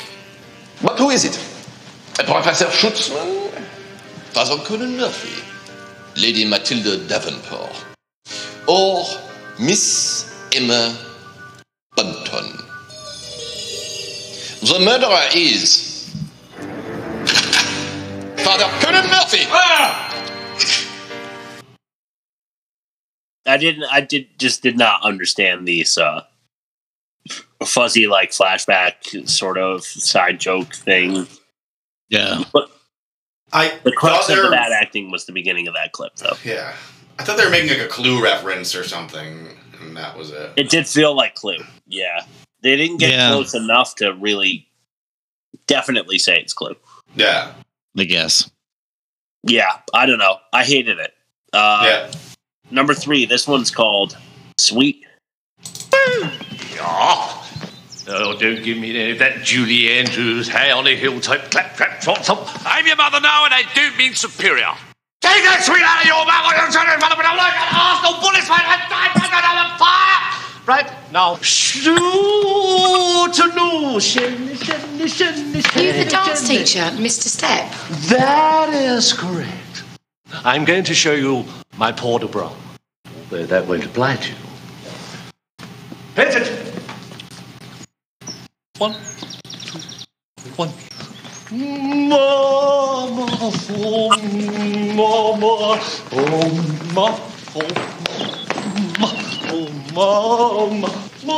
[SPEAKER 14] But who is it? Professor Schutzmann? Father Conan Murphy? Lady Matilda Davenport? Or Miss Emma Bunton? The murderer is Father Conan Murphy.
[SPEAKER 1] I didn't. I did just did not understand these uh, fuzzy like flashback sort of side joke thing.
[SPEAKER 3] Yeah,
[SPEAKER 1] but
[SPEAKER 2] I
[SPEAKER 1] the crux
[SPEAKER 2] thought
[SPEAKER 1] of
[SPEAKER 2] there-
[SPEAKER 1] the bad acting was the beginning of that clip, though.
[SPEAKER 2] yeah. I thought they were making like a clue reference or something, and that was it.
[SPEAKER 1] It did feel like Clue. Yeah, they didn't get
[SPEAKER 2] Yeah.
[SPEAKER 1] close enough to really definitely say it's Clue.
[SPEAKER 2] Yeah,
[SPEAKER 3] I guess.
[SPEAKER 1] Yeah, I don't know. I hated it. Uh, Number three. This one's called Sweet.
[SPEAKER 15] Oh, oh don't give me any of that Julie Andrews, hay on a hill type, clap, clap, flop, flop. I'm your mother now, and I do mean superior. Take that sweet out of your mouth, I'm trying to run away, I'm like an Arsenal bullets, man, I'm dying, I'm on fire! Right now, shoo to no, shin, shin, shin, shin,
[SPEAKER 7] You're the dance
[SPEAKER 15] shin.
[SPEAKER 7] teacher, Mr. Step.
[SPEAKER 15] That is correct. I'm going to show you my port de bras, although that won't apply to you. Hit it! One, two, one. Mama, oh, mama, oh, ma, oh, ma, oh, mama, mama, oh,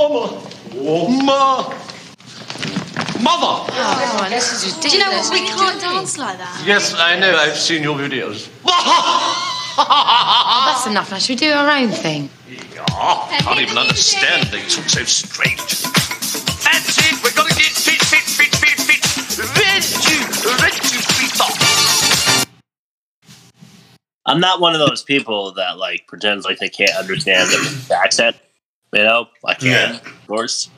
[SPEAKER 15] ma, mother!
[SPEAKER 7] Oh, this is ridiculous. Do you know what? We can't dance like that.
[SPEAKER 15] Yes, I know, I've seen your videos.
[SPEAKER 7] oh, that's enough. Now, should we do our own thing?
[SPEAKER 15] Ah, can't even understand these, it's so strange. That's it, we're gonna get fit, fit, fit, fit, fit. Red two, red two, three,
[SPEAKER 1] I'm not one of those people that like pretends like they can't understand the accent. You know, I can, of course.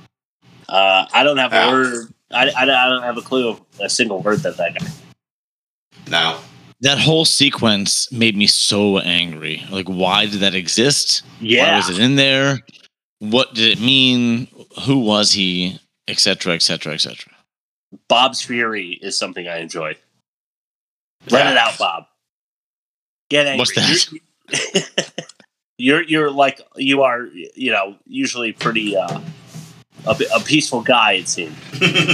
[SPEAKER 1] Uh, I don't have a
[SPEAKER 2] Yeah.
[SPEAKER 1] word. I, I, I don't have a clue of a single word that that guy.
[SPEAKER 2] No.
[SPEAKER 3] That whole sequence made me so angry. Like, why did that exist?
[SPEAKER 1] Yeah.
[SPEAKER 3] Why was it in there? What did it mean? Who was he? Et cetera, et cetera, et cetera.
[SPEAKER 1] Bob's Fury is something I enjoy. Let it out, Bob. Get angry.
[SPEAKER 3] What's that?
[SPEAKER 1] You're, you're you're like you are. You know, usually pretty uh, a, a peaceful guy. It seems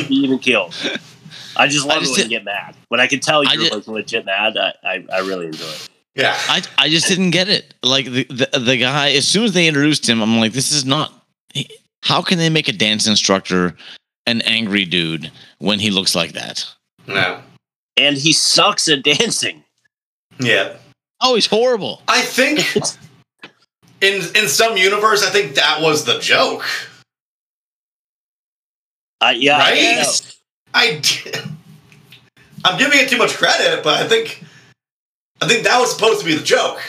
[SPEAKER 1] He even killed. I just love
[SPEAKER 3] I
[SPEAKER 1] it
[SPEAKER 3] just
[SPEAKER 1] when
[SPEAKER 3] did-
[SPEAKER 1] you get mad. When I can tell
[SPEAKER 3] I
[SPEAKER 1] you're
[SPEAKER 3] did-
[SPEAKER 1] like legit mad, I, I, I really enjoy it.
[SPEAKER 2] Yeah.
[SPEAKER 3] I, I just didn't get it. Like the, the the guy, as soon as they introduced him, I'm like, this is not. How can they make a dance instructor an angry dude when he looks like that?
[SPEAKER 2] No.
[SPEAKER 1] And he sucks at dancing.
[SPEAKER 2] Yeah.
[SPEAKER 3] Oh, he's horrible.
[SPEAKER 2] I think in in some universe, I think that was the joke.
[SPEAKER 1] Uh, yeah. I
[SPEAKER 2] Right?
[SPEAKER 1] know.
[SPEAKER 2] I, am giving it too much credit, but I think I think that was supposed to be the joke.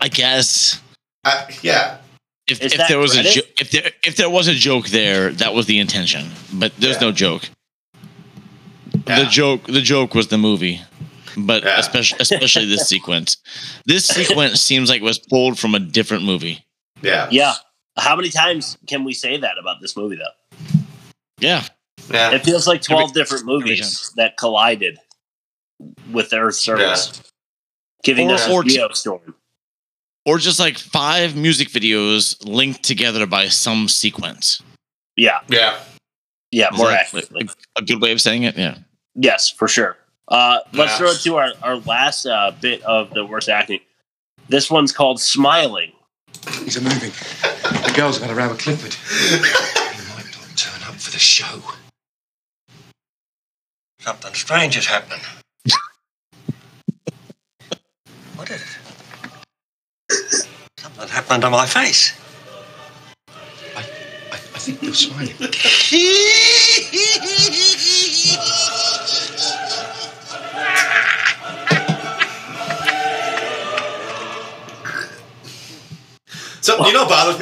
[SPEAKER 3] I guess.
[SPEAKER 2] I, yeah.
[SPEAKER 3] If,
[SPEAKER 2] Is
[SPEAKER 3] if
[SPEAKER 2] that
[SPEAKER 3] there was
[SPEAKER 2] credit?
[SPEAKER 3] a jo- if there if there was a joke there, that was the intention. But there's no joke. The joke the joke was the movie, but especially especially this sequence. This sequence seems like it was pulled from a different movie.
[SPEAKER 2] Yeah.
[SPEAKER 1] Yeah. How many times can we say that about this movie, though?
[SPEAKER 3] Yeah.
[SPEAKER 2] Yeah.
[SPEAKER 1] It feels like 12
[SPEAKER 3] Every-
[SPEAKER 1] different movies that collided with Earth's surface, giving
[SPEAKER 3] Or-
[SPEAKER 1] us a
[SPEAKER 3] or t-
[SPEAKER 1] geostorm.
[SPEAKER 3] Or just like five music videos linked together by some sequence.
[SPEAKER 1] Yeah.
[SPEAKER 2] Yeah.
[SPEAKER 1] Yeah, more
[SPEAKER 3] accurately. A, a good way of saying it. Yeah.
[SPEAKER 1] Yes, for sure. Uh, let's
[SPEAKER 3] Yeah.
[SPEAKER 1] throw it to our, our last uh, bit of the worst acting. This one's called Smiling.
[SPEAKER 11] Things are moving. The girl's about to rob a Clifford. he might not turn up for the show. Something strange is happening. what is it? Something happened to my face. I, I, I think you're smiling.
[SPEAKER 2] So you know, what bothers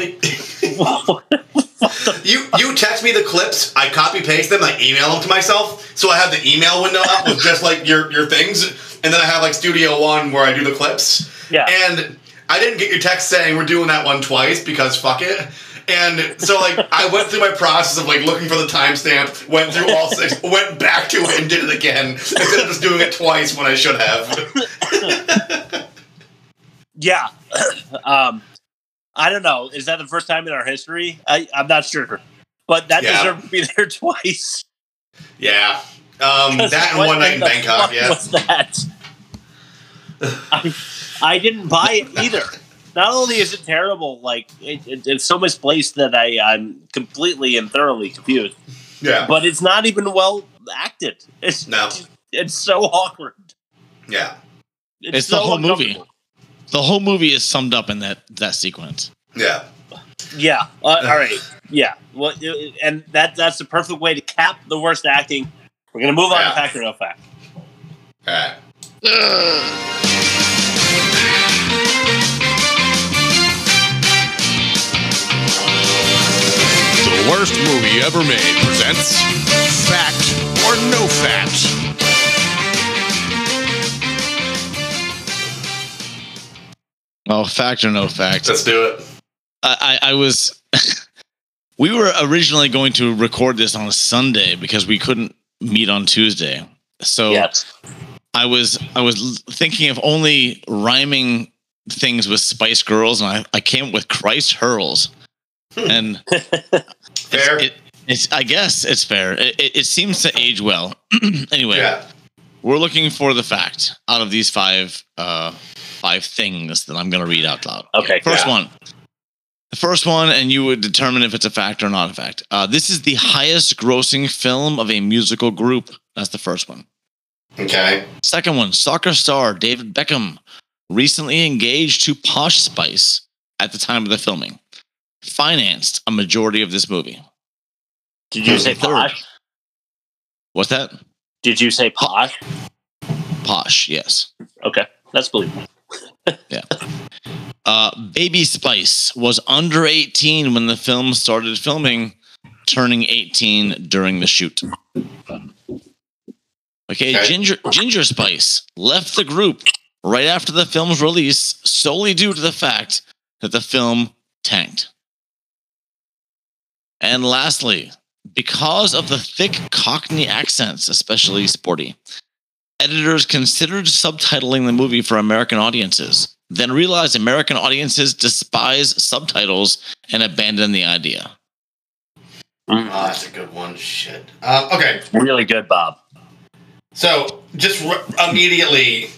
[SPEAKER 2] me. you you text me the clips, I copy paste them, I email them to myself, so I have the email window up with just like your your things, and then I have like Studio One where I do the clips.
[SPEAKER 1] Yeah.
[SPEAKER 2] And I didn't get your text saying we're doing that one twice because fuck it. And so like I went through my process of like looking for the timestamp, went through all six, went back to it and did it again instead of just doing it twice when I should have.
[SPEAKER 1] Yeah. um, I don't know. Is that the first time in our history? I, I'm not sure. But that
[SPEAKER 2] Yeah.
[SPEAKER 1] deserved to be there twice.
[SPEAKER 2] Yeah. Um, that and
[SPEAKER 1] What
[SPEAKER 2] one night in
[SPEAKER 1] the
[SPEAKER 2] Bangkok.
[SPEAKER 1] fuck
[SPEAKER 2] Yeah.
[SPEAKER 1] Was that? I, I didn't buy it either. Not only is it terrible, like it, it, it's so misplaced that I, I'm completely and thoroughly confused.
[SPEAKER 2] Yeah.
[SPEAKER 1] but it's not even well acted. It's
[SPEAKER 2] no.
[SPEAKER 1] It's so awkward.
[SPEAKER 2] Yeah.
[SPEAKER 3] It's,
[SPEAKER 1] It's
[SPEAKER 3] the
[SPEAKER 1] so
[SPEAKER 3] whole movie. The whole movie is summed up in that that sequence.
[SPEAKER 2] Yeah.
[SPEAKER 1] Yeah. Uh, all right. Yeah. Well, it- and that that's the perfect way to cap the worst acting. We're gonna move on
[SPEAKER 2] Yeah.
[SPEAKER 1] to fact or no fact.
[SPEAKER 2] All right.
[SPEAKER 16] The worst movie ever made presents Fact or No Fact.
[SPEAKER 3] Oh, fact or no fact?
[SPEAKER 2] Let's do it.
[SPEAKER 3] I, I, I was. we were originally going to record this on a Sunday because we couldn't meet on Tuesday.
[SPEAKER 2] Oh.
[SPEAKER 3] So I was I was l- thinking of only rhyming things with Spice Girls, and I, I came up with Christ hurls, and
[SPEAKER 2] fair.
[SPEAKER 3] It's, it, it's I guess it's fair. It, it, it seems to age well. anyway,
[SPEAKER 2] Yeah.
[SPEAKER 3] we're looking for the fact out of these five uh, five things that I'm going to read out loud.
[SPEAKER 1] Okay,
[SPEAKER 3] first
[SPEAKER 1] yeah.
[SPEAKER 3] one. The first one, and you would determine if it's a fact or not a fact. Uh, this is the highest grossing film of a musical group. That's the first one.
[SPEAKER 2] Okay.
[SPEAKER 3] Second one, soccer star David Beckham recently engaged to Posh Spice at the time of the filming. Financed a majority of this movie.
[SPEAKER 1] Did you say posh?
[SPEAKER 3] What's that?
[SPEAKER 1] Did you say posh?
[SPEAKER 3] Posh, yes.
[SPEAKER 1] Okay, that's believable.
[SPEAKER 3] yeah. Uh, Baby Spice was under 18 when the film started filming, turning 18 during the shoot. Okay, Ginger Ginger Spice left the group right after the film's release solely due to the fact that the film tanked. And lastly, because of the thick Cockney accents, especially sporty, editors considered subtitling the movie for American audiences, then realized American audiences despise subtitles and abandoned the idea.
[SPEAKER 2] Oh, that's a good one. Shit. Uh, okay.
[SPEAKER 1] Really good, Bob.
[SPEAKER 2] So, just r- immediately,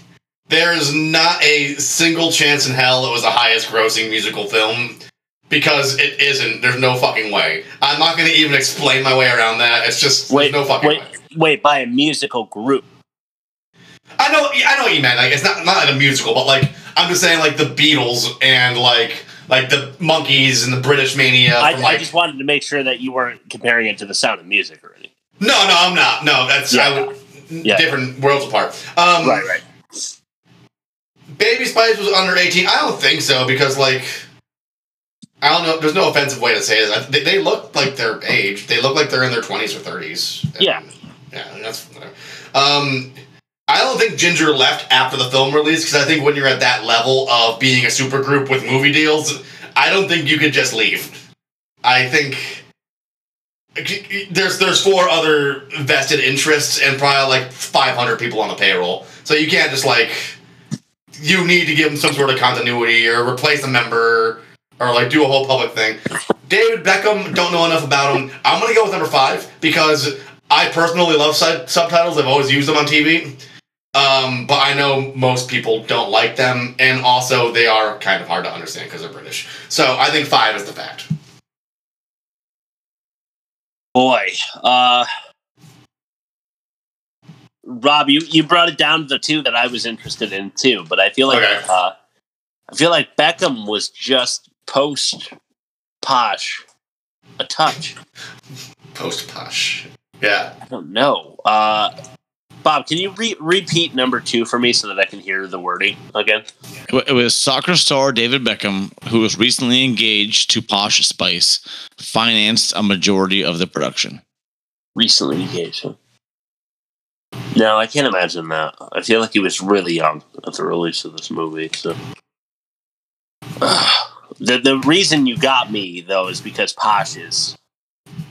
[SPEAKER 2] there is not a single chance in hell it was the highest grossing musical film because it isn't. There's no fucking way. I'm not going to even explain my way around that. It's just
[SPEAKER 1] Wait,
[SPEAKER 2] there's no fucking
[SPEAKER 1] wait,
[SPEAKER 2] way.
[SPEAKER 1] wait. By a musical group.
[SPEAKER 2] I know, I know what you meant. Like, it's not not like a musical, but like I'm just saying, like the Beatles and like like the Monkeys and the British Mania.
[SPEAKER 1] I,
[SPEAKER 2] from,
[SPEAKER 1] I
[SPEAKER 2] like,
[SPEAKER 1] just wanted to make sure that you weren't comparing it to the Sound of Music or anything.
[SPEAKER 2] No, no, I'm not. No, that's I would, different worlds apart. Um,
[SPEAKER 1] Right, right.
[SPEAKER 2] Baby Spice was under 18. I don't think so because like I don't know. There's no offensive way to say this. They, they look like their age. They look like they're in their 20s or 30s.
[SPEAKER 1] Yeah.
[SPEAKER 2] Yeah, that's whatever. Um, I don't think Ginger left after the film release because I think when you're at that level of being a supergroup with movie deals, I don't think you could just leave. I think there's there's four other vested interests and probably like 500 people on the payroll, so you can't just like you need to give them some sort of continuity or replace a member or like do a whole public thing. David Beckham, don't know enough about him. I'm gonna go with number five because I personally love sub- subtitles. I've always used them on TV, um, but I know most people don't like them, and also they are kind of hard to understand because they're British. So I think five is the fact.
[SPEAKER 1] Boy, uh, Rob, you, you brought it down to the two that I was interested in too, but I feel like
[SPEAKER 2] Okay.
[SPEAKER 1] uh, I feel like Beckham was just post posh a touch.
[SPEAKER 2] Post posh, yeah.
[SPEAKER 1] I don't know. Uh, Bob, can you re- repeat number two for me so that I can hear the wording again?
[SPEAKER 3] It wa- it was soccer star David Beckham, who was recently engaged to Posh Spice, financed a majority of the production.
[SPEAKER 1] Recently engaged. huh? No, I can't imagine that. I feel like he was really young at the release of this movie. So the the reason you got me though is because Posh is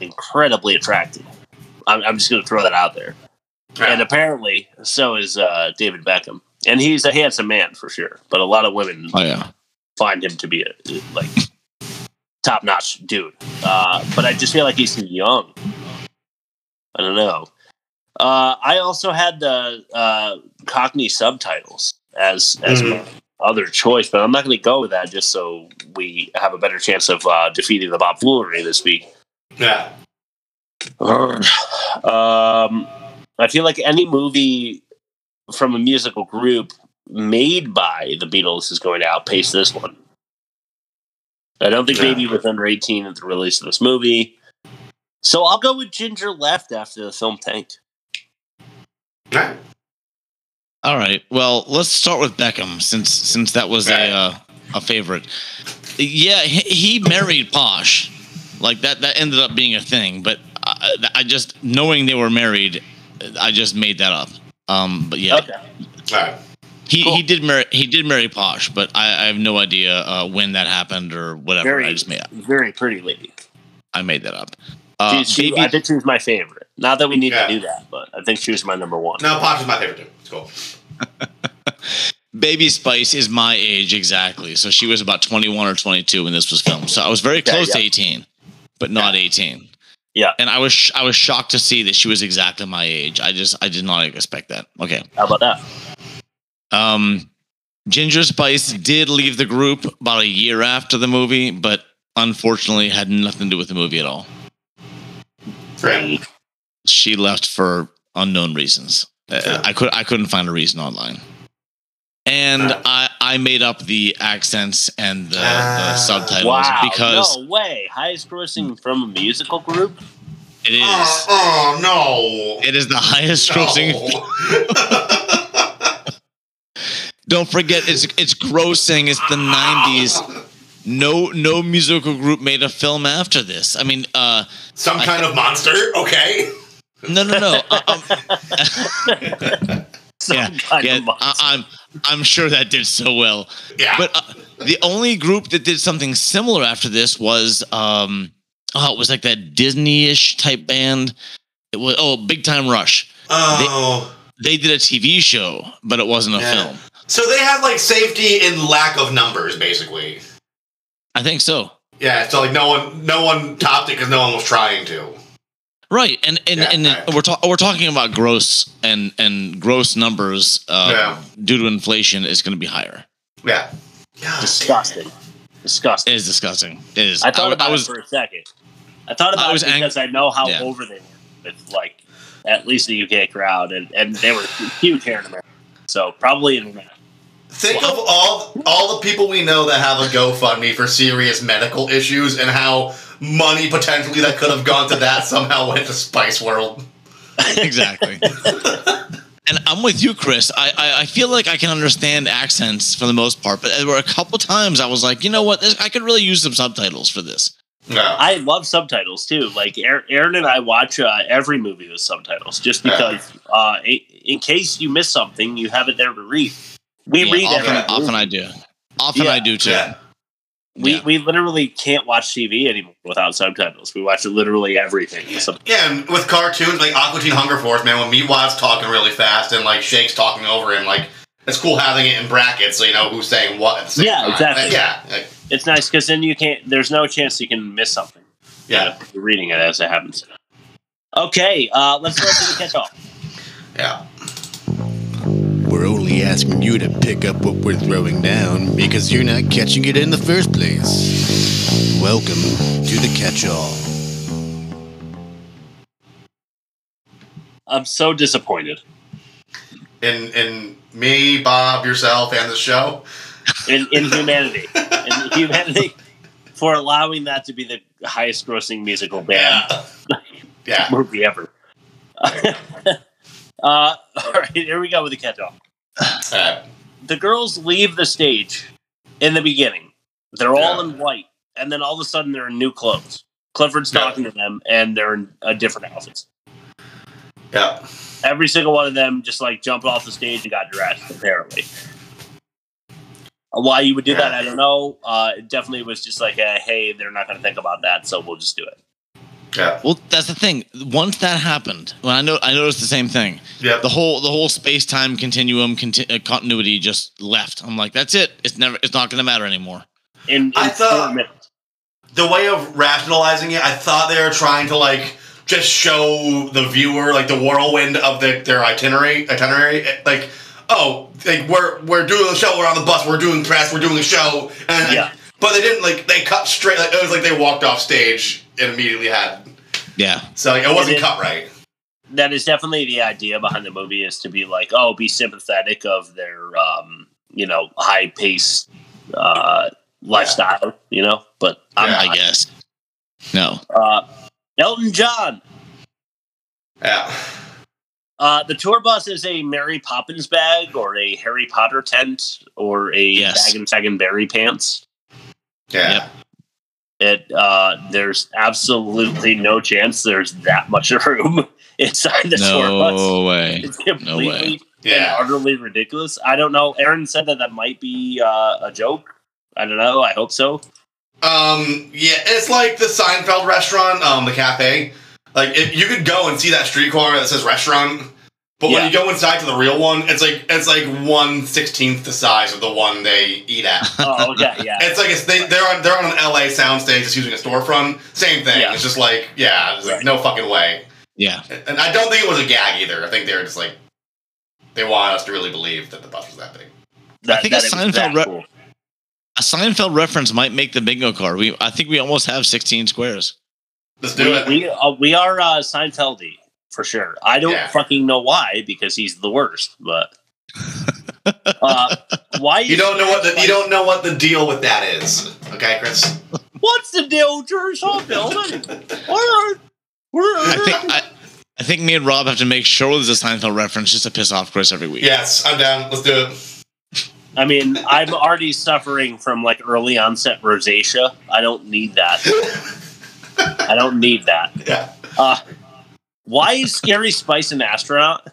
[SPEAKER 1] incredibly attractive. I'm, I'm just going to throw that out there. And apparently, so is uh, David Beckham, and he's a handsome man for sure. But a lot of women
[SPEAKER 3] Oh yeah.
[SPEAKER 1] find him to be a like top notch dude. Uh, but I just feel like he's too young. I don't know. Uh, I also had the uh, Cockney subtitles as as my other choice, but I'm not going to go with that just so we have a better chance of uh, defeating the Bob Foolery this week.
[SPEAKER 2] Yeah.
[SPEAKER 1] Um, I feel like any movie from a musical group made by the Beatles is going to outpace this one. I don't think
[SPEAKER 2] Yeah.
[SPEAKER 1] Baby was under 18 at the release of this movie. So I'll go with Ginger Left after the film tanked.
[SPEAKER 3] All right. Well, let's start with Beckham since since that was a uh, a favorite. Yeah, he, he married Posh. Like that that ended up being a thing, but I, I just knowing they were married, I just made that up. Um, but yeah. He, he did marry he did marry Posh, but I, I have no idea uh, when that happened or whatever.
[SPEAKER 1] Very-
[SPEAKER 3] I just made
[SPEAKER 1] very pretty lady.
[SPEAKER 3] I made that up. Uh,
[SPEAKER 1] She- she- I think she was my favorite. Not that we need
[SPEAKER 3] Yeah.
[SPEAKER 1] to do that, but I think she was my number one.
[SPEAKER 2] No, Posh is my favorite too. It's cool.
[SPEAKER 3] Baby Spice is my age exactly. So she was about 21 or 22 when this was filmed. So I was very close to 18, but not 18.
[SPEAKER 1] Yeah.
[SPEAKER 3] And I was sh- I was shocked to see that she was exactly my age. I just I did not expect that. Okay.
[SPEAKER 1] How about that?
[SPEAKER 3] Um Ginger Spice did leave the group about a year after the movie, but unfortunately had nothing to do with the movie at all.
[SPEAKER 2] Right.
[SPEAKER 3] She left for unknown reasons. Uh, I could I couldn't find a reason online. And I, I made up the accents and the, the subtitles
[SPEAKER 1] Wow,
[SPEAKER 3] because
[SPEAKER 1] no way. Highest grossing from a musical group?
[SPEAKER 3] It is.
[SPEAKER 2] Oh, no.
[SPEAKER 3] It is the highest grossing. Don't forget, it's it's grossing. It's the nineties. No, no musical group made a film after this. I mean, uh,
[SPEAKER 2] some kind of monster. Okay.
[SPEAKER 3] No, no, no. Uh, um, yeah, yeah I, am I'm sure that did so well.
[SPEAKER 2] Yeah.
[SPEAKER 3] But uh, the only group that did something similar after this was, um, oh, it was like that Disney-ish type band. It was oh, Big Time Rush.
[SPEAKER 2] Oh.
[SPEAKER 3] They, they did a TV show, but it wasn't a
[SPEAKER 2] Yeah.
[SPEAKER 3] film.
[SPEAKER 2] So they have like safety in lack of numbers, basically.
[SPEAKER 3] I think so.
[SPEAKER 2] Yeah. So like no one, no one topped it because no one was trying to.
[SPEAKER 3] Right, and and, and we're ta- we're talking about gross and and gross numbers uh,
[SPEAKER 2] Yeah.
[SPEAKER 3] due to inflation is going to be higher.
[SPEAKER 2] Yeah.
[SPEAKER 1] disgusting. Disgusting.
[SPEAKER 3] It is disgusting. It is.
[SPEAKER 1] I thought
[SPEAKER 3] w-
[SPEAKER 1] about
[SPEAKER 3] was,
[SPEAKER 1] it for a second. I thought about
[SPEAKER 3] was
[SPEAKER 1] it
[SPEAKER 3] ang-
[SPEAKER 1] because I know how
[SPEAKER 3] Yeah.
[SPEAKER 1] over they were with like at least the UK crowd, and, and they were huge here in America. So probably in America.
[SPEAKER 2] Think of all all the people we know that have a GoFundMe for serious medical issues and how money potentially that could have gone to that somehow went to Spice World.
[SPEAKER 3] exactly. And I'm with you, Chris. I, I, I feel like I can understand accents for the most part, but there were a couple times I was like, you know what? This, I could really use some subtitles for this.
[SPEAKER 1] I love subtitles too. Like Aaron, Aaron and I watch uh, every movie with subtitles, just because uh, in, in case you miss something, you have it there to read. We
[SPEAKER 3] Yeah,
[SPEAKER 1] read
[SPEAKER 3] often,
[SPEAKER 1] every
[SPEAKER 3] often
[SPEAKER 1] movie.
[SPEAKER 3] I do. Often
[SPEAKER 1] Yeah.
[SPEAKER 3] I do too.
[SPEAKER 1] Yeah. We we literally can't watch TV anymore without subtitles. We watch literally everything. with sub-
[SPEAKER 2] Yeah, and with cartoons like Aqua Teen Hunger Force, man, when Meatwad's talking really fast and like Shake's talking over him, like it's cool having it in brackets so you know who's saying what at the same
[SPEAKER 1] yeah,
[SPEAKER 2] time.
[SPEAKER 1] exactly.
[SPEAKER 2] Yeah, like,
[SPEAKER 1] it's nice because then you can't. There's no chance you can miss something.
[SPEAKER 2] Yeah.
[SPEAKER 1] if you're reading it as it happens. Okay, uh, let's go to the catch-all.
[SPEAKER 2] Yeah.
[SPEAKER 17] We're only asking you to pick up what we're throwing down because you're not catching it in the first place. Welcome to the catch all.
[SPEAKER 1] I'm so disappointed.
[SPEAKER 2] In in me, Bob, yourself, and the show.
[SPEAKER 1] In in humanity. in humanity for allowing that to be the highest grossing musical band
[SPEAKER 2] yeah.
[SPEAKER 1] movie ever. uh, all right, here we go with the catch all. The girls leave the stage in the beginning. They're all in white, and then all of a sudden they're in new clothes. Clifford's talking to them, and they're in uh, different outfits.
[SPEAKER 2] Yeah.
[SPEAKER 1] Every single one of them just like jumped off the stage and got dressed, apparently. Why you would do that, I don't know. Uh, it definitely was just like, a, hey, they're not going to think about that, so we'll just do it.
[SPEAKER 3] Well, that's the thing. Once that happened, when I know I noticed the same thing.
[SPEAKER 2] Yeah.
[SPEAKER 3] The whole the whole space time continuum conti- uh, continuity just left. I'm like, that's it. It's never. It's not going to matter anymore.
[SPEAKER 1] In,
[SPEAKER 2] I thought the way of rationalizing it, I thought they were trying to like just show the viewer like the whirlwind of the, their itinerary itinerary eh, like oh like we're we're doing the show we're on the bus we're doing press we're doing the show and yeah. but they didn't like they cut straight like it was like they walked off stage and immediately had
[SPEAKER 3] Yeah.
[SPEAKER 2] so like, it wasn't
[SPEAKER 1] It is-
[SPEAKER 2] cut right
[SPEAKER 1] that is definitely the idea behind the movie is to be like, oh, be sympathetic of their, um, you know, high paced uh, lifestyle, you know. But I'm
[SPEAKER 3] Yeah. I
[SPEAKER 1] not.
[SPEAKER 3] guess. No.
[SPEAKER 1] Uh, Elton John.
[SPEAKER 2] Yeah.
[SPEAKER 1] Uh, the tour bus is a Mary Poppins bag or a Harry Potter tent or a bag and tag and berry pants.
[SPEAKER 2] Yeah.
[SPEAKER 1] It uh, there's absolutely no chance there's that much room inside the tour bus.
[SPEAKER 3] No way.
[SPEAKER 1] It's
[SPEAKER 3] No
[SPEAKER 1] completely
[SPEAKER 3] way.
[SPEAKER 2] Yeah.
[SPEAKER 1] and utterly ridiculous. I don't know. Aaron said that that might be uh, a joke. I don't know. I hope so.
[SPEAKER 2] Um, yeah, it's like the Seinfeld restaurant, um, the cafe. Like if you could go and see that street corner that says restaurant, but when you go inside to the real one, it's like it's like one sixteenth the size of the one they eat at.
[SPEAKER 1] Oh, okay, yeah.
[SPEAKER 2] It's like it's they, they're on they're on an LA soundstage just using a storefront. Same thing. It's just like yeah, it's like, no fucking way.
[SPEAKER 3] Yeah.
[SPEAKER 2] And I don't think it was a gag either. I think they were just like they wanted us to really believe that the bus was that big.
[SPEAKER 3] I think a Seinfeld re- a Seinfeld reference might make the bingo card. We I think we almost have 16 squares.
[SPEAKER 2] Let's
[SPEAKER 1] we, We, uh, we are uh, Seinfeldy for sure. I don't fucking know why because he's the worst. But uh, why
[SPEAKER 2] You don't know what the you don't know what the deal with that is. Okay, Chris.
[SPEAKER 1] What's the deal, Jersey building?
[SPEAKER 3] I think I, I think me and Rob have to make sure there's a Seinfeld reference just to piss off Chris every week.
[SPEAKER 2] Yes, I'm down. Let's do it.
[SPEAKER 1] I mean, I'm already suffering from like early onset rosacea. I don't need that. I don't need that.
[SPEAKER 2] Yeah.
[SPEAKER 1] Uh, why is Scary Spice an astronaut?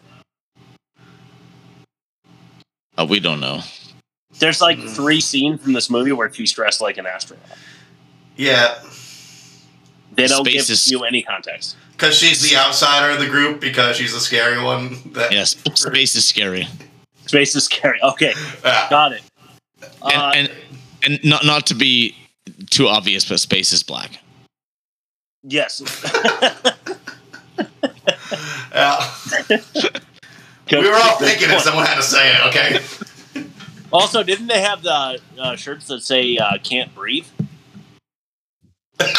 [SPEAKER 3] Uh, we don't know.
[SPEAKER 1] There's like
[SPEAKER 2] Mm.
[SPEAKER 1] three scenes in this movie where she's dressed like an astronaut.
[SPEAKER 2] Yeah.
[SPEAKER 1] They don't
[SPEAKER 2] Space
[SPEAKER 1] give
[SPEAKER 2] is-
[SPEAKER 1] you any context.
[SPEAKER 2] Because she's the outsider of the group. Because she's the scary one. That
[SPEAKER 3] yes, space is scary.
[SPEAKER 1] Space is scary. Okay, got it. Uh,
[SPEAKER 3] and, and and not not to be too obvious, but space is black.
[SPEAKER 1] Yes.
[SPEAKER 2] we were all thinking it. Someone had to say it. Okay.
[SPEAKER 1] Also, didn't they have the uh, shirts that say uh, "Can't breathe"?
[SPEAKER 2] yeah,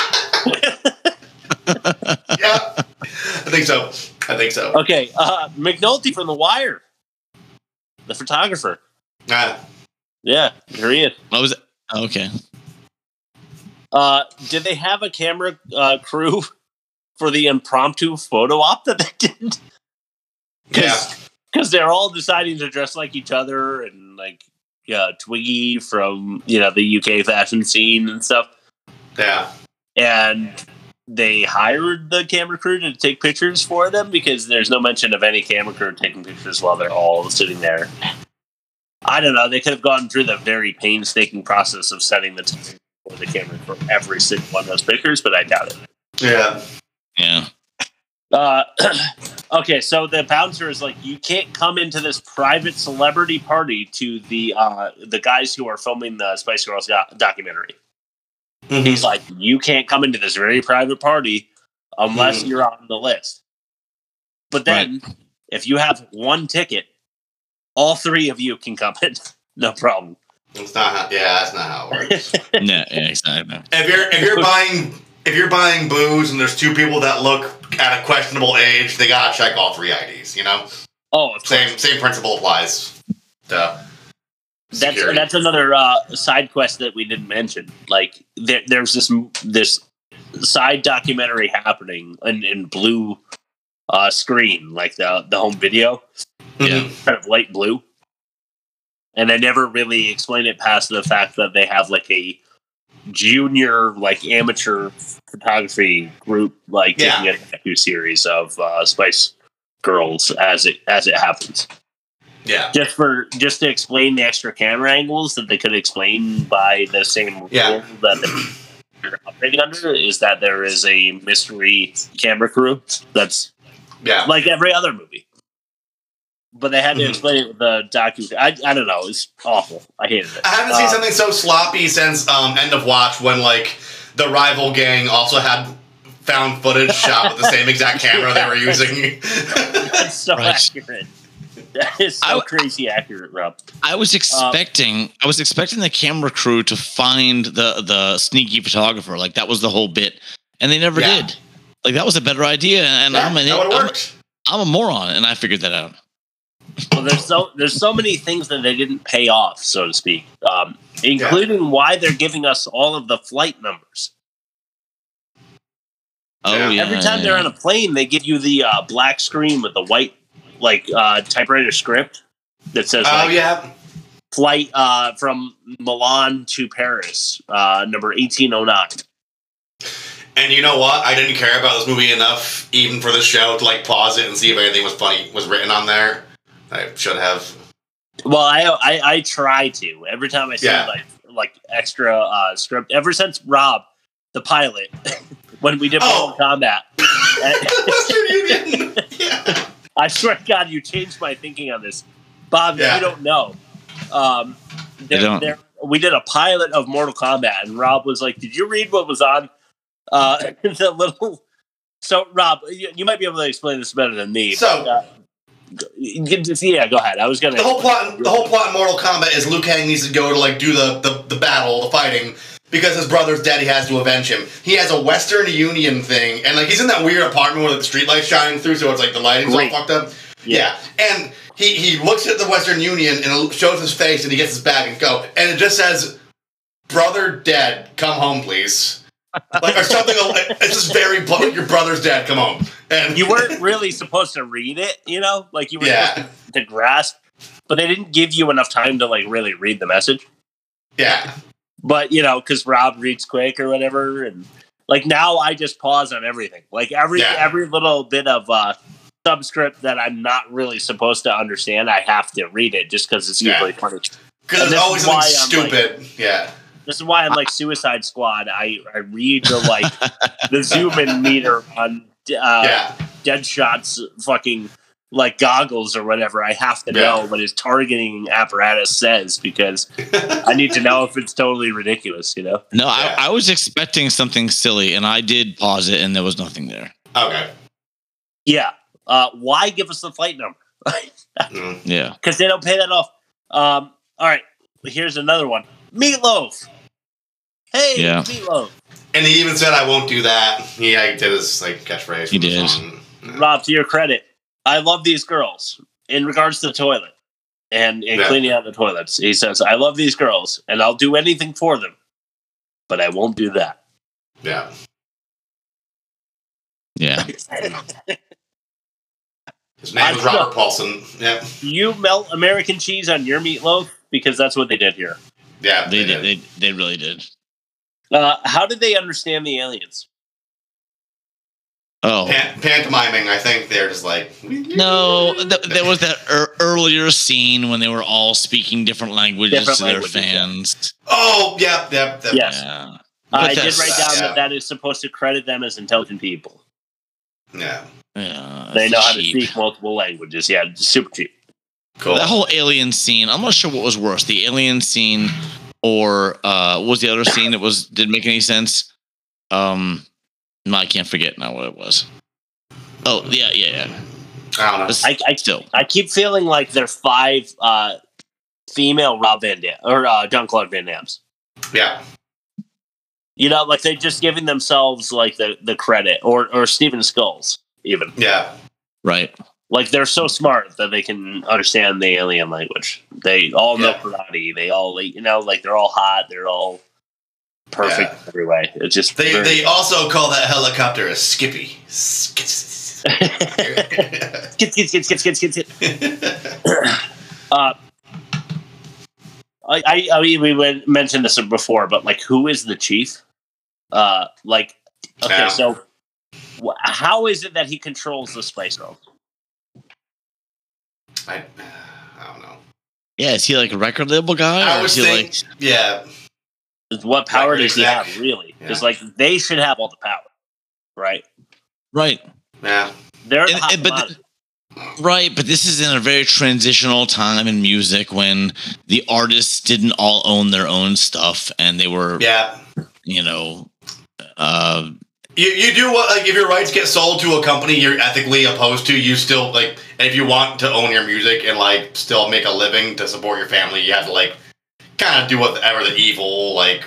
[SPEAKER 2] I think so. I think so.
[SPEAKER 1] Okay, uh, McNulty from The Wire, the photographer.
[SPEAKER 2] Ah.
[SPEAKER 1] Yeah, here he is.
[SPEAKER 3] I was Oh, okay.
[SPEAKER 1] Uh, did they have a camera uh, crew for the impromptu photo op that they did? 'Cause because they're all deciding to dress like each other and like yeah, Twiggy from you know the UK fashion scene and stuff.
[SPEAKER 2] Yeah,
[SPEAKER 1] and they hired the camera crew to take pictures for them because there's no mention of any camera crew taking pictures while they're all sitting there. I don't know. They could have gone through the very painstaking process of setting the time for the camera for every single one of those pictures, but I doubt it.
[SPEAKER 2] Yeah.
[SPEAKER 3] Yeah.
[SPEAKER 1] Uh, okay, so the bouncer is like, you can't come into this private celebrity party to the uh, the guys who are filming the Spice Girls do- documentary.
[SPEAKER 2] Mm-hmm.
[SPEAKER 1] He's like, you can't come into this very private party unless
[SPEAKER 2] Mhm.
[SPEAKER 1] you're on the list. But then, if you have one ticket, all three of you can come in, no problem.
[SPEAKER 2] It's not. How, yeah, that's not how it works.
[SPEAKER 3] yeah, yeah, exactly.
[SPEAKER 2] If you're if you're buying if you're buying booze and there's two people that look at a questionable age, they gotta check all three IDs. You know.
[SPEAKER 1] Oh,
[SPEAKER 2] same same principle applies. To
[SPEAKER 1] That's that's another uh, side quest that we didn't mention. Like there, there's this this side documentary happening in, in blue uh, screen, like the the home video,
[SPEAKER 2] yeah,
[SPEAKER 1] kind of light blue. And they never really explain it past the fact that they have like a junior, like amateur photography group, like
[SPEAKER 2] Yeah.
[SPEAKER 1] taking a new series of uh, Spice Girls as it as it happens
[SPEAKER 2] yeah,
[SPEAKER 1] just for just to explain the extra camera angles that they could explain by the same rule
[SPEAKER 2] Yeah.
[SPEAKER 1] that they're operating under is that there is a mystery camera crew that's
[SPEAKER 2] yeah
[SPEAKER 1] like every other movie but they had to
[SPEAKER 2] Mhm.
[SPEAKER 1] explain it with the docu I, I don't know it's awful i hated it
[SPEAKER 2] I haven't seen
[SPEAKER 1] Uh,
[SPEAKER 2] something so sloppy since um, End of Watch when like the rival gang also had found footage shot with the same exact camera they were using.
[SPEAKER 1] that's so
[SPEAKER 3] Right.
[SPEAKER 1] accurate that is so crazy accurate rob
[SPEAKER 3] I
[SPEAKER 2] Um,
[SPEAKER 3] was expecting I was expecting the camera crew to find the the sneaky photographer. Like that was the whole bit. And they never
[SPEAKER 2] Yeah.
[SPEAKER 3] did. Like that was a better idea and
[SPEAKER 2] Yeah,
[SPEAKER 3] I'm an
[SPEAKER 2] that
[SPEAKER 3] I'm,
[SPEAKER 2] would've worked.
[SPEAKER 3] I'm a moron and I figured that out.
[SPEAKER 1] well, there's so there's so many things that they didn't pay off, so to speak, um, including why they're giving us all of the flight numbers.
[SPEAKER 3] Oh yeah.
[SPEAKER 1] Every time they're on a plane, they give you the uh, black screen with the white like uh, typewriter script that says,
[SPEAKER 2] Oh,
[SPEAKER 1] like,
[SPEAKER 2] yeah.
[SPEAKER 1] flight uh, from Milan to Paris, uh, number eighteen oh nine."
[SPEAKER 2] and you know what? I didn't care about this movie enough, even for the show, to like pause it and see if anything was funny was written on there. I should have.
[SPEAKER 1] Well, I, I I try to every time I see
[SPEAKER 2] Yeah.
[SPEAKER 1] like like extra uh, script. Ever since Rob, the pilot, when we did
[SPEAKER 2] Oh.
[SPEAKER 1] Mortal Kombat, I swear to God, you changed my thinking on this, Bob.
[SPEAKER 2] Yeah.
[SPEAKER 1] You don't know. Um, there,
[SPEAKER 3] don't.
[SPEAKER 1] There, we did a pilot of Mortal Kombat, and Rob was like, "Did you read what was on uh, the little?" So, Rob, you, you might be able to explain this better than me.
[SPEAKER 2] So-
[SPEAKER 1] but, uh, you can just- yeah, go ahead. I was gonna
[SPEAKER 2] The whole plot, the whole plot in Mortal Kombat is Liu Kang needs to go to like do the, the, the battle, the fighting, because his brother's dead. He has to avenge him. He has a Western Union thing, and like he's in that weird apartment where like, the streetlights shining through, so it's like the lighting's
[SPEAKER 1] Great.
[SPEAKER 2] all fucked up. Yeah. and he he looks at the Western Union and it shows his face, and he gets his bag and go, and it just says, "Brother dead, come home, please." like or something. It's just very blunt, like your brother's dead, come home, and
[SPEAKER 1] you weren't really supposed to read it, you know, like you were
[SPEAKER 2] Yeah.
[SPEAKER 1] supposed to, to grasp, but they didn't give you enough time to like really read the message.
[SPEAKER 2] Yeah,
[SPEAKER 1] but you know, because Rob reads quick or whatever, and like now I just pause on everything, like every
[SPEAKER 2] Yeah.
[SPEAKER 1] every little bit of uh, subscript that I'm not really supposed to understand, I have to read it just because it's
[SPEAKER 2] Yeah.
[SPEAKER 1] usually funny.
[SPEAKER 2] because
[SPEAKER 1] And
[SPEAKER 2] it's
[SPEAKER 1] this
[SPEAKER 2] always
[SPEAKER 1] is
[SPEAKER 2] something
[SPEAKER 1] why I'm, like-
[SPEAKER 2] stupid. yeah.
[SPEAKER 1] this is why I'm like Suicide Squad. I, I read the like the zoom in meter on uh,
[SPEAKER 2] Yeah.
[SPEAKER 1] Deadshot's fucking like goggles or whatever. I have to know
[SPEAKER 2] Yeah.
[SPEAKER 1] what his targeting apparatus says because I need to know if it's totally ridiculous. You know.
[SPEAKER 3] No, I, I was expecting something silly and I did pause it and there was nothing there.
[SPEAKER 2] Okay.
[SPEAKER 1] Yeah. Uh, why give us the flight number?
[SPEAKER 3] Yeah.
[SPEAKER 1] Because they don't pay that off. Um, all right. Here's another one. Meatloaf. Hey,
[SPEAKER 2] Yeah.
[SPEAKER 1] Meatloaf.
[SPEAKER 2] And he even said, "I won't do that." He like, did his like catchphrase. He did.
[SPEAKER 1] Rob, to your credit, I love these girls in regards to the toilet and, and
[SPEAKER 2] Yeah.
[SPEAKER 1] cleaning out the toilets. He says, I love these girls and I'll do anything for them, but I won't do that.
[SPEAKER 2] Yeah.
[SPEAKER 3] Yeah.
[SPEAKER 2] His name is Robert Paulson. Yep.
[SPEAKER 1] You melt American cheese on your meatloaf because that's what they did here.
[SPEAKER 2] Yeah,
[SPEAKER 3] they, did. They, they really did.
[SPEAKER 1] Uh, how did they understand the aliens?
[SPEAKER 3] Oh
[SPEAKER 2] Pan- pantomiming, I think they're just like
[SPEAKER 3] no, th- there was that er- earlier scene when they were all speaking different languages
[SPEAKER 1] Different
[SPEAKER 3] to their
[SPEAKER 1] languages, yeah.
[SPEAKER 3] fans.
[SPEAKER 2] Oh, yep, yep, yep.
[SPEAKER 1] Yes. I
[SPEAKER 3] But
[SPEAKER 1] did
[SPEAKER 3] that's-
[SPEAKER 1] write down that that is supposed to credit them as intelligent people.
[SPEAKER 2] Yeah.
[SPEAKER 3] Yeah,
[SPEAKER 1] They
[SPEAKER 3] it's
[SPEAKER 1] know how to
[SPEAKER 3] cheap.
[SPEAKER 1] speak multiple languages. Yeah, super cheap.
[SPEAKER 3] That whole alien scene. I'm not sure what was worse, the alien scene or uh, what was the other scene that was didn't make any sense. Um, no, I can't forget now what it was. Oh yeah, yeah, yeah.
[SPEAKER 2] I don't
[SPEAKER 3] know.
[SPEAKER 1] I, I,
[SPEAKER 3] still.
[SPEAKER 1] I keep feeling like they're five uh, female Rob Van Dam or uh, John Claude Van Dams.
[SPEAKER 2] Yeah.
[SPEAKER 1] You know, like they're just giving themselves like the, the credit or or Steven Skulls even.
[SPEAKER 2] Yeah.
[SPEAKER 3] Right.
[SPEAKER 1] Like they're so smart that they can understand the alien language. They all know
[SPEAKER 2] Yeah.
[SPEAKER 1] karate. They all like, you know like they're all hot. They're all perfect in every way. It's just
[SPEAKER 2] They
[SPEAKER 1] very-
[SPEAKER 2] they also call that helicopter a Skippy. Skits.
[SPEAKER 1] skits, skits, skits, skits, skits, skits, skits. uh, I, I, I mean, we went, mentioned this before, but like, who is the chief? Uh, like, okay,
[SPEAKER 2] Yeah.
[SPEAKER 1] so wh- how is it that he controls the space girl?
[SPEAKER 2] I,
[SPEAKER 3] Yeah, is he like a record label guy?
[SPEAKER 1] I
[SPEAKER 3] or
[SPEAKER 1] was
[SPEAKER 3] is he
[SPEAKER 1] thinking-
[SPEAKER 3] like
[SPEAKER 2] yeah.
[SPEAKER 1] What power
[SPEAKER 3] Record
[SPEAKER 1] does he
[SPEAKER 3] exec.
[SPEAKER 1] have, really?
[SPEAKER 3] Yeah.
[SPEAKER 1] Because like, they should have all the power, right?
[SPEAKER 3] right?
[SPEAKER 2] Yeah,
[SPEAKER 1] they're
[SPEAKER 3] And- and- but Right, but this is in a very transitional time in music when the artists didn't all own their own stuff and they were,
[SPEAKER 2] yeah.
[SPEAKER 3] you know, uh,
[SPEAKER 2] You, you do what like if your rights get sold to a company you're ethically opposed to you still like and if you want to own your music and like still make a living to support your family you have to like kind of do whatever the evil like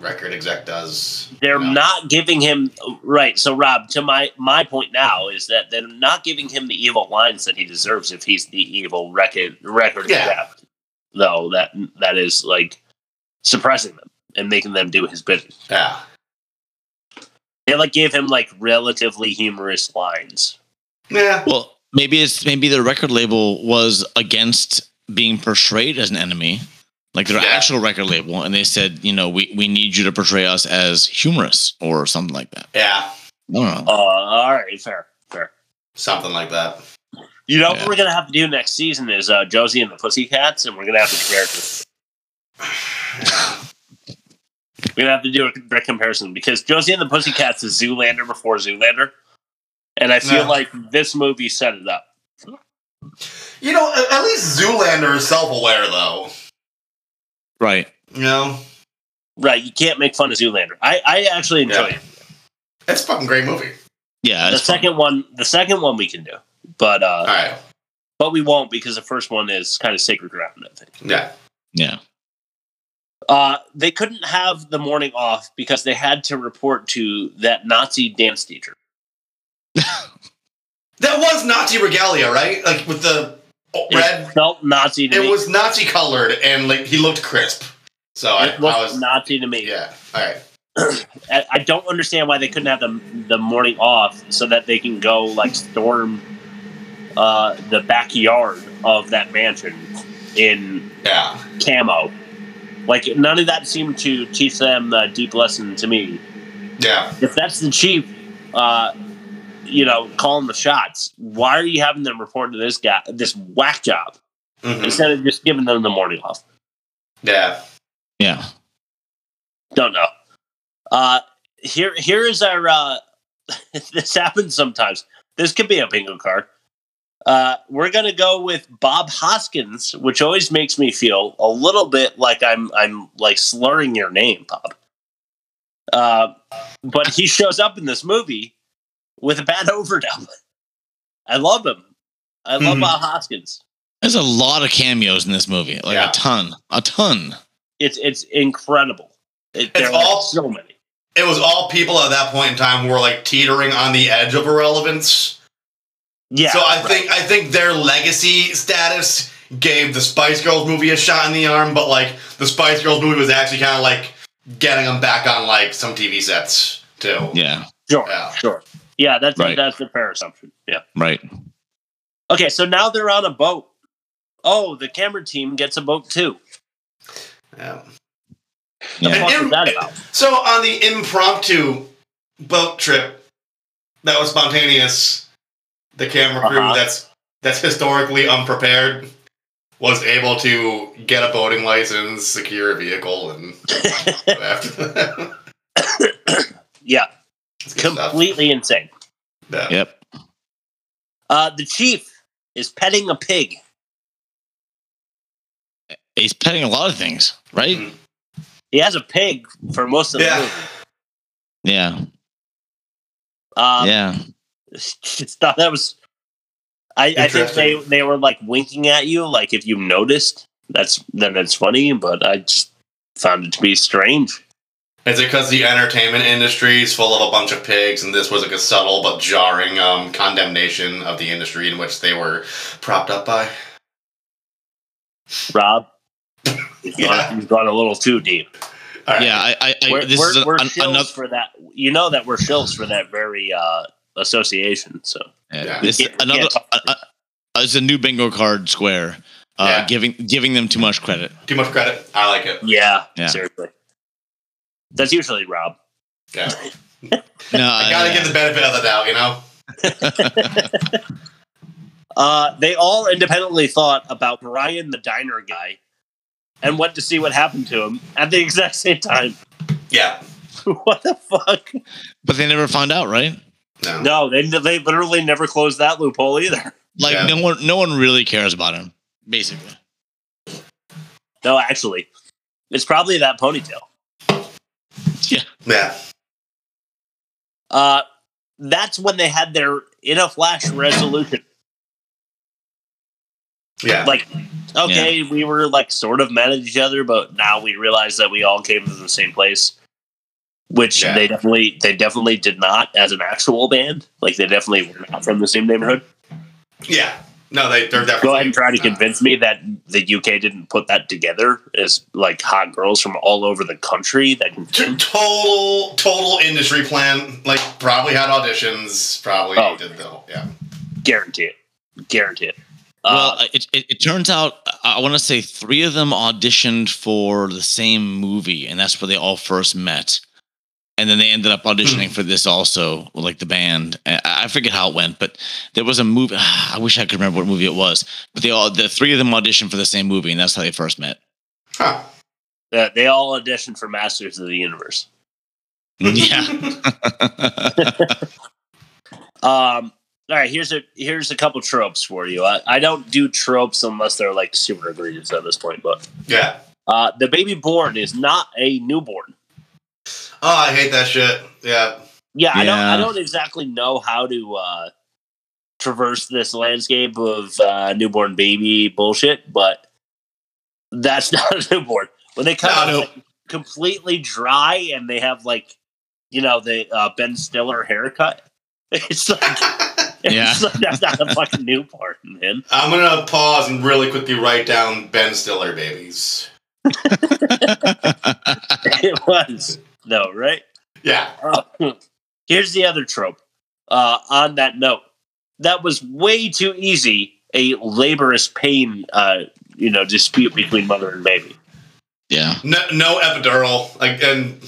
[SPEAKER 2] record exec does
[SPEAKER 1] they're not giving him right so rob to my my point now is that they're not giving him the evil lines that he deserves if he's the evil record record
[SPEAKER 2] Yeah.
[SPEAKER 1] rep, though that that is like suppressing them and making them do his bidding
[SPEAKER 2] yeah
[SPEAKER 1] they like gave him like relatively humorous lines
[SPEAKER 2] yeah.
[SPEAKER 3] Well, maybe it's maybe the record label was against being portrayed as an enemy, like their actual record label, and they said, you know, we we need you to portray us as humorous or something like that.
[SPEAKER 2] yeah
[SPEAKER 3] I don't
[SPEAKER 1] uh,
[SPEAKER 3] know.
[SPEAKER 1] all right fair fair
[SPEAKER 2] something like that
[SPEAKER 1] you know what we're gonna have to do next season is uh, josie and the pussycats and we're gonna have to compare it We're gonna have to do a direct comparison because Josie and the Pussycats is Zoolander before Zoolander, and I feel
[SPEAKER 2] No.
[SPEAKER 1] like this movie set it up.
[SPEAKER 2] you know a- at least zoolander is self-aware though
[SPEAKER 3] Right.
[SPEAKER 2] you know
[SPEAKER 1] Right. You can't make fun of Zoolander. I, I actually enjoy it.
[SPEAKER 2] it's a fucking great movie
[SPEAKER 3] Yeah.
[SPEAKER 1] The second one, the second one we can do, but uh,
[SPEAKER 2] right.
[SPEAKER 1] but we won't because the first one is kind of sacred ground. I think.
[SPEAKER 2] yeah
[SPEAKER 3] Yeah.
[SPEAKER 1] Uh, they couldn't have the morning off because they had to report to that Nazi dance teacher.
[SPEAKER 2] that was nazi regalia right like with the oh, red
[SPEAKER 1] It felt Nazi. To
[SPEAKER 2] it
[SPEAKER 1] me.
[SPEAKER 2] was nazi colored and like he looked crisp so I, I
[SPEAKER 1] It looked
[SPEAKER 2] was
[SPEAKER 1] Nazi to me.
[SPEAKER 2] Yeah. All right.
[SPEAKER 1] I I don't understand why they couldn't have the the morning off so that they can go like storm uh, the backyard of that mansion in
[SPEAKER 2] yeah.
[SPEAKER 1] camo. Like none of that seemed to teach them the deep lesson to me.
[SPEAKER 2] Yeah.
[SPEAKER 1] If that's the chief, uh, you know, calling the shots, why are you having them report to this guy, this whack job,
[SPEAKER 2] Mhm.
[SPEAKER 1] instead of just giving them the morning off?
[SPEAKER 2] Yeah.
[SPEAKER 3] Yeah.
[SPEAKER 1] Don't know. Uh, here, here is our. Uh, this happens sometimes. This could be a bingo card. Uh, we're gonna go with Bob Hoskins, which always makes me feel a little bit like I'm I'm like slurring your name, Bob. Uh, but he shows up in this movie with a bad overdub. I love him. I love
[SPEAKER 2] Mm-hmm.
[SPEAKER 3] Mhm.
[SPEAKER 1] Bob Hoskins.
[SPEAKER 3] There's a lot of cameos in this movie, like a ton, a ton.
[SPEAKER 1] It's it's incredible. It, there are
[SPEAKER 2] all-
[SPEAKER 1] so many.
[SPEAKER 2] It was all people at that point in time who were like teetering on the edge of irrelevance.
[SPEAKER 1] Yeah.
[SPEAKER 2] So I think I think their legacy status gave the Spice Girls movie a shot in the arm, but like the Spice Girls movie was actually kind of like getting them back on like some TV sets too.
[SPEAKER 3] Yeah.
[SPEAKER 1] Sure,
[SPEAKER 2] Yeah.
[SPEAKER 1] sure. Yeah, that's
[SPEAKER 3] Right.
[SPEAKER 1] that's a fair assumption. Yeah.
[SPEAKER 3] Right.
[SPEAKER 1] Okay, so now they're on a boat. Oh, the camera team gets a boat too.
[SPEAKER 2] Yeah.
[SPEAKER 1] The fuck
[SPEAKER 2] And
[SPEAKER 1] was
[SPEAKER 2] im-
[SPEAKER 1] that about?
[SPEAKER 2] So on the impromptu boat trip that was spontaneous, the camera crew
[SPEAKER 1] Uh-huh.
[SPEAKER 2] that's that's historically unprepared was able to get a boating license, secure a vehicle, and
[SPEAKER 1] Yeah. Completely insane.
[SPEAKER 3] Yep.
[SPEAKER 1] Uh, the chief is petting a pig.
[SPEAKER 3] He's petting a lot of things, right?
[SPEAKER 1] Mm-hmm. He has a pig for most of the movie.
[SPEAKER 3] Yeah.
[SPEAKER 1] Um,
[SPEAKER 3] yeah.
[SPEAKER 1] it's not- that was. I, I think they,
[SPEAKER 2] Interesting.
[SPEAKER 1] they were like winking at you, like if you noticed, that's then it's funny. But I just found it to be strange.
[SPEAKER 2] Is it because the entertainment industry is full of a bunch of pigs, and this was like a subtle but jarring um, condemnation of the industry in which they were propped up by?
[SPEAKER 1] Rob, you've, gone, you've gone a little too deep.
[SPEAKER 3] Yeah, I, I, I
[SPEAKER 1] we're,
[SPEAKER 3] this
[SPEAKER 1] we're,
[SPEAKER 3] is a-
[SPEAKER 1] we're
[SPEAKER 3] an-
[SPEAKER 1] shills
[SPEAKER 3] another.
[SPEAKER 1] for that. You know that we're shills for that very uh, association. So
[SPEAKER 3] Yeah,
[SPEAKER 1] We
[SPEAKER 3] This
[SPEAKER 1] can't- we can't
[SPEAKER 3] another.
[SPEAKER 1] talk-
[SPEAKER 3] Uh, uh, it's a new bingo card square. Uh, Giving giving them too much credit.
[SPEAKER 2] Too much credit. I like it.
[SPEAKER 1] Yeah,
[SPEAKER 3] Yeah.
[SPEAKER 1] seriously. That's usually Rob.
[SPEAKER 2] Yeah.
[SPEAKER 3] No,
[SPEAKER 2] I gotta give the benefit of the doubt, you know.
[SPEAKER 1] Uh, they all independently thought about Brian the diner guy and went to see what happened to him at the exact same time.
[SPEAKER 2] Yeah.
[SPEAKER 1] what the fuck?
[SPEAKER 3] But they never found out, right?
[SPEAKER 2] No.
[SPEAKER 1] they they literally never closed that loophole either.
[SPEAKER 3] Like no one, no one really cares about him. Basically,
[SPEAKER 1] No, actually, it's probably that ponytail.
[SPEAKER 3] Yeah.
[SPEAKER 2] Yeah.
[SPEAKER 1] Uh, that's when they had their in a flash resolution.
[SPEAKER 2] Yeah.
[SPEAKER 1] Like, okay, we were like sort of mad at each other, but now we realize that we all came from the same place. Which
[SPEAKER 2] Yeah.
[SPEAKER 1] they definitely they definitely did not as an actual band. Like they definitely were not from the same neighborhood.
[SPEAKER 2] Yeah. No, they they're definitely Uh,
[SPEAKER 1] Go ahead and try to convince me that the UK didn't put that together as like hot girls from all over the country that can
[SPEAKER 2] T- total total industry plan. Like probably had auditions. Probably
[SPEAKER 1] Oh.
[SPEAKER 2] did the whole yeah.
[SPEAKER 1] guarantee it. Guarantee it. Uh,
[SPEAKER 3] well, it, it, it turns out I want to say three of them auditioned for the same movie, and that's where they all first met. And then they ended up
[SPEAKER 2] Hmm.
[SPEAKER 3] auditioning for this also, like the band. I, I forget how it went, but there was a movie. I wish I could remember what movie it was. But they all, the three of them auditioned for the same movie, and that's how they first met.
[SPEAKER 1] Uh, they all auditioned for Masters of the Universe.
[SPEAKER 3] yeah.
[SPEAKER 1] Um, all right, here's a here's a couple tropes for you. I, I don't do tropes unless they're like super egregious at this point, but
[SPEAKER 2] Yeah.
[SPEAKER 1] uh, the baby born is not a newborn.
[SPEAKER 2] Oh, I hate that shit. Yeah.
[SPEAKER 1] Yeah, I don't I
[SPEAKER 2] Yeah.
[SPEAKER 1] don't exactly know how to uh, traverse this landscape of uh, newborn baby bullshit, but that's not a newborn. When they come out like, completely dry and they have like you know the uh, Ben Stiller haircut, it's like
[SPEAKER 3] yeah,
[SPEAKER 1] it's like, that's not a fucking newborn, man.
[SPEAKER 2] I'm gonna pause and really quickly write down Ben Stiller babies.
[SPEAKER 1] it was though, right?
[SPEAKER 2] Yeah.
[SPEAKER 1] Uh, here's the other trope. Uh, on that note, that was way too easy. A laborious pain, uh, you know, dispute between mother and baby.
[SPEAKER 3] Yeah.
[SPEAKER 2] No, no epidural. Like, and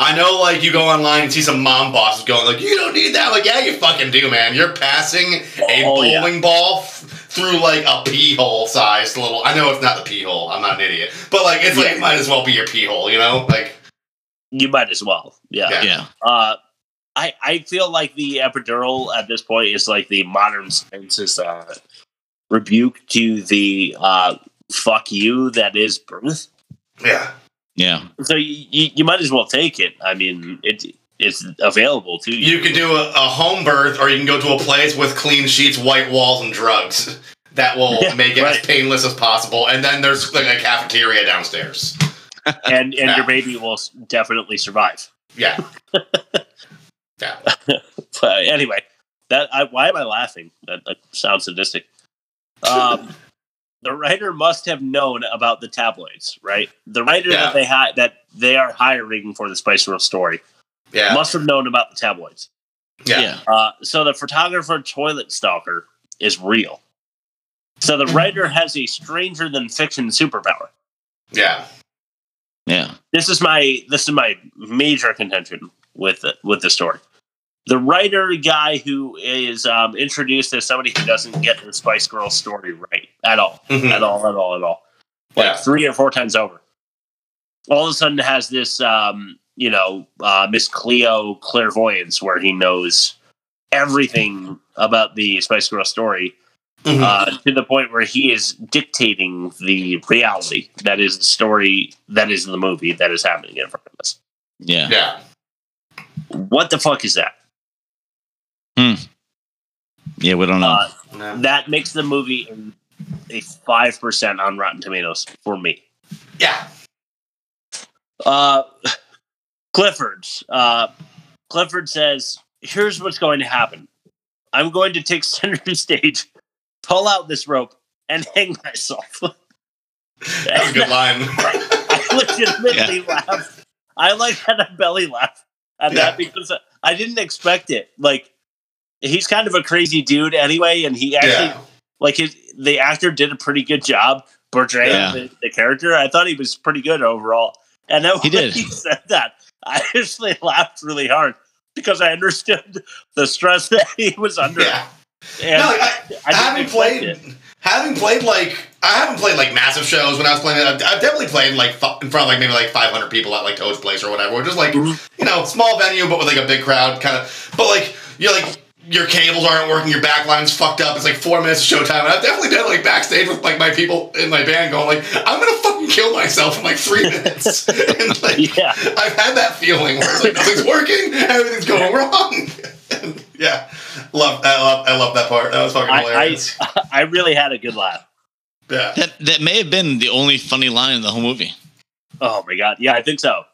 [SPEAKER 2] I know, like, you go online and see some mom bosses going, like, you don't need that. Like, yeah, you fucking do, man. You're passing
[SPEAKER 1] Oh,
[SPEAKER 2] a bowling ball f- through, like, a pee hole sized little. I know it's not the pee hole. I'm not an idiot. But, like, it's like, it might as well be your pee hole, you know? Like,
[SPEAKER 1] You might as well. Yeah.
[SPEAKER 2] Yeah.
[SPEAKER 3] Yeah.
[SPEAKER 1] Uh, I I feel like the epidural at this point is like the modern science's uh, rebuke to the uh, fuck you that is birth.
[SPEAKER 2] yeah.
[SPEAKER 3] Yeah.
[SPEAKER 1] So you, you, you might as well take it. I mean, it it's available to you.
[SPEAKER 2] You can do a, a home birth or you can go to a place with clean sheets, white walls, and drugs. That will
[SPEAKER 1] Yeah,
[SPEAKER 2] make it
[SPEAKER 1] right.
[SPEAKER 2] as painless as possible. And then there's, like, a cafeteria downstairs.
[SPEAKER 1] and and
[SPEAKER 2] Yeah.
[SPEAKER 1] your baby will s- definitely survive.
[SPEAKER 2] Yeah.
[SPEAKER 1] But anyway, that I, why am I laughing? That, that sounds sadistic. Um, the writer must have known about the tabloids, right? The writer
[SPEAKER 2] Yeah.
[SPEAKER 1] that they hi- that they are hiring for the Spice Girl story
[SPEAKER 2] Yeah.
[SPEAKER 1] must have known about the tabloids.
[SPEAKER 2] Yeah.
[SPEAKER 1] Uh, so the photographer toilet stalker is real. So the writer has a stranger than fiction superpower.
[SPEAKER 2] Yeah.
[SPEAKER 3] Yeah.
[SPEAKER 1] This is my this is my major contention with the, with the story. The writer guy who is um, introduced as somebody who doesn't get the Spice Girls story right at all,
[SPEAKER 2] Mhm.
[SPEAKER 1] at all, at all, at all, like three or four times over. All of a sudden, has this um, you know uh, Miss Cleo clairvoyance where he knows everything about the Spice Girl story
[SPEAKER 2] Mm-hmm. Hmm.
[SPEAKER 1] uh, to the point where he is dictating the reality that is the story, that is the movie that is happening in front of us.
[SPEAKER 3] Yeah.
[SPEAKER 2] Yeah.
[SPEAKER 1] What the fuck is that?
[SPEAKER 3] Yeah, we don't know.
[SPEAKER 1] Uh, That makes the movie a five percent on Rotten Tomatoes for me.
[SPEAKER 2] Yeah.
[SPEAKER 1] Uh, Clifford's. Uh, Clifford says, "Here's what's going to happen. I'm going to take center stage, pull out this rope, and hang myself."
[SPEAKER 2] That's a good line.
[SPEAKER 1] I legitimately laughed. I like had a belly laugh at that because I didn't expect it. Like he's kind of a crazy dude anyway, and he actually like his, the actor did a pretty good job portraying
[SPEAKER 3] Yeah.
[SPEAKER 1] the, the character. I thought he was pretty good overall, and then when
[SPEAKER 3] He did.
[SPEAKER 1] He said that I actually laughed really hard because I understood the stress that he was under. And
[SPEAKER 2] No,
[SPEAKER 1] I, didn't
[SPEAKER 2] having
[SPEAKER 1] expect
[SPEAKER 2] played- Having played like I haven't played like massive shows when I was playing it. I've, I've definitely played like fi- in front of like maybe like 500 people at like Toad's Place or whatever, which is like you know small venue but with like a big crowd kind of. But like you're like your cables aren't working, your back line's fucked up. It's like four minutes of showtime, and I've definitely done like backstage with like my people in my band going like I'm gonna fucking kill myself in like three minutes. and like
[SPEAKER 1] yeah,
[SPEAKER 2] I've had that feeling where it's like nothing's working, everything's going wrong. yeah, love I love I love that part. That was fucking
[SPEAKER 1] I-
[SPEAKER 2] hilarious.
[SPEAKER 1] I, I really had a good laugh.
[SPEAKER 2] Yeah.
[SPEAKER 3] That that may have been the only funny line in the whole movie.
[SPEAKER 1] Oh my god! Yeah, I think so.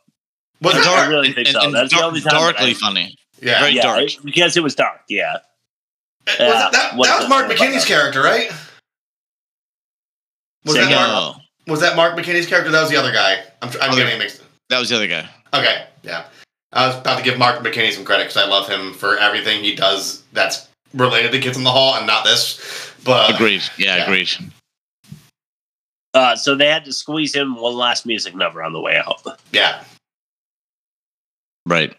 [SPEAKER 3] But
[SPEAKER 1] I
[SPEAKER 3] dark-
[SPEAKER 1] really think
[SPEAKER 3] and-
[SPEAKER 1] so.
[SPEAKER 3] and
[SPEAKER 1] That's the
[SPEAKER 3] dark-
[SPEAKER 1] only time that
[SPEAKER 3] darkly
[SPEAKER 1] I-
[SPEAKER 3] funny.
[SPEAKER 2] Yeah.
[SPEAKER 3] Very dark.
[SPEAKER 1] it- because it was dark. Yeah.
[SPEAKER 2] Was
[SPEAKER 1] Yeah,
[SPEAKER 2] it- that,
[SPEAKER 1] what
[SPEAKER 2] that was
[SPEAKER 1] the-
[SPEAKER 2] Mark McKinney's character, right? Was
[SPEAKER 1] Say
[SPEAKER 2] that,
[SPEAKER 1] again?
[SPEAKER 2] Mark, was that Mark McKinney's character? That was the other guy. I'm, tr- I'm getting it mixed.
[SPEAKER 3] That was the other guy.
[SPEAKER 2] Okay, yeah. I was about to give Mark McKinney some credit because I love him for everything he does that's related to Kids in the Hall and not this. But
[SPEAKER 3] agreed. Yeah, agreed.
[SPEAKER 1] Uh, so they had to squeeze in one last music number on the way out.
[SPEAKER 2] Yeah.
[SPEAKER 3] Right.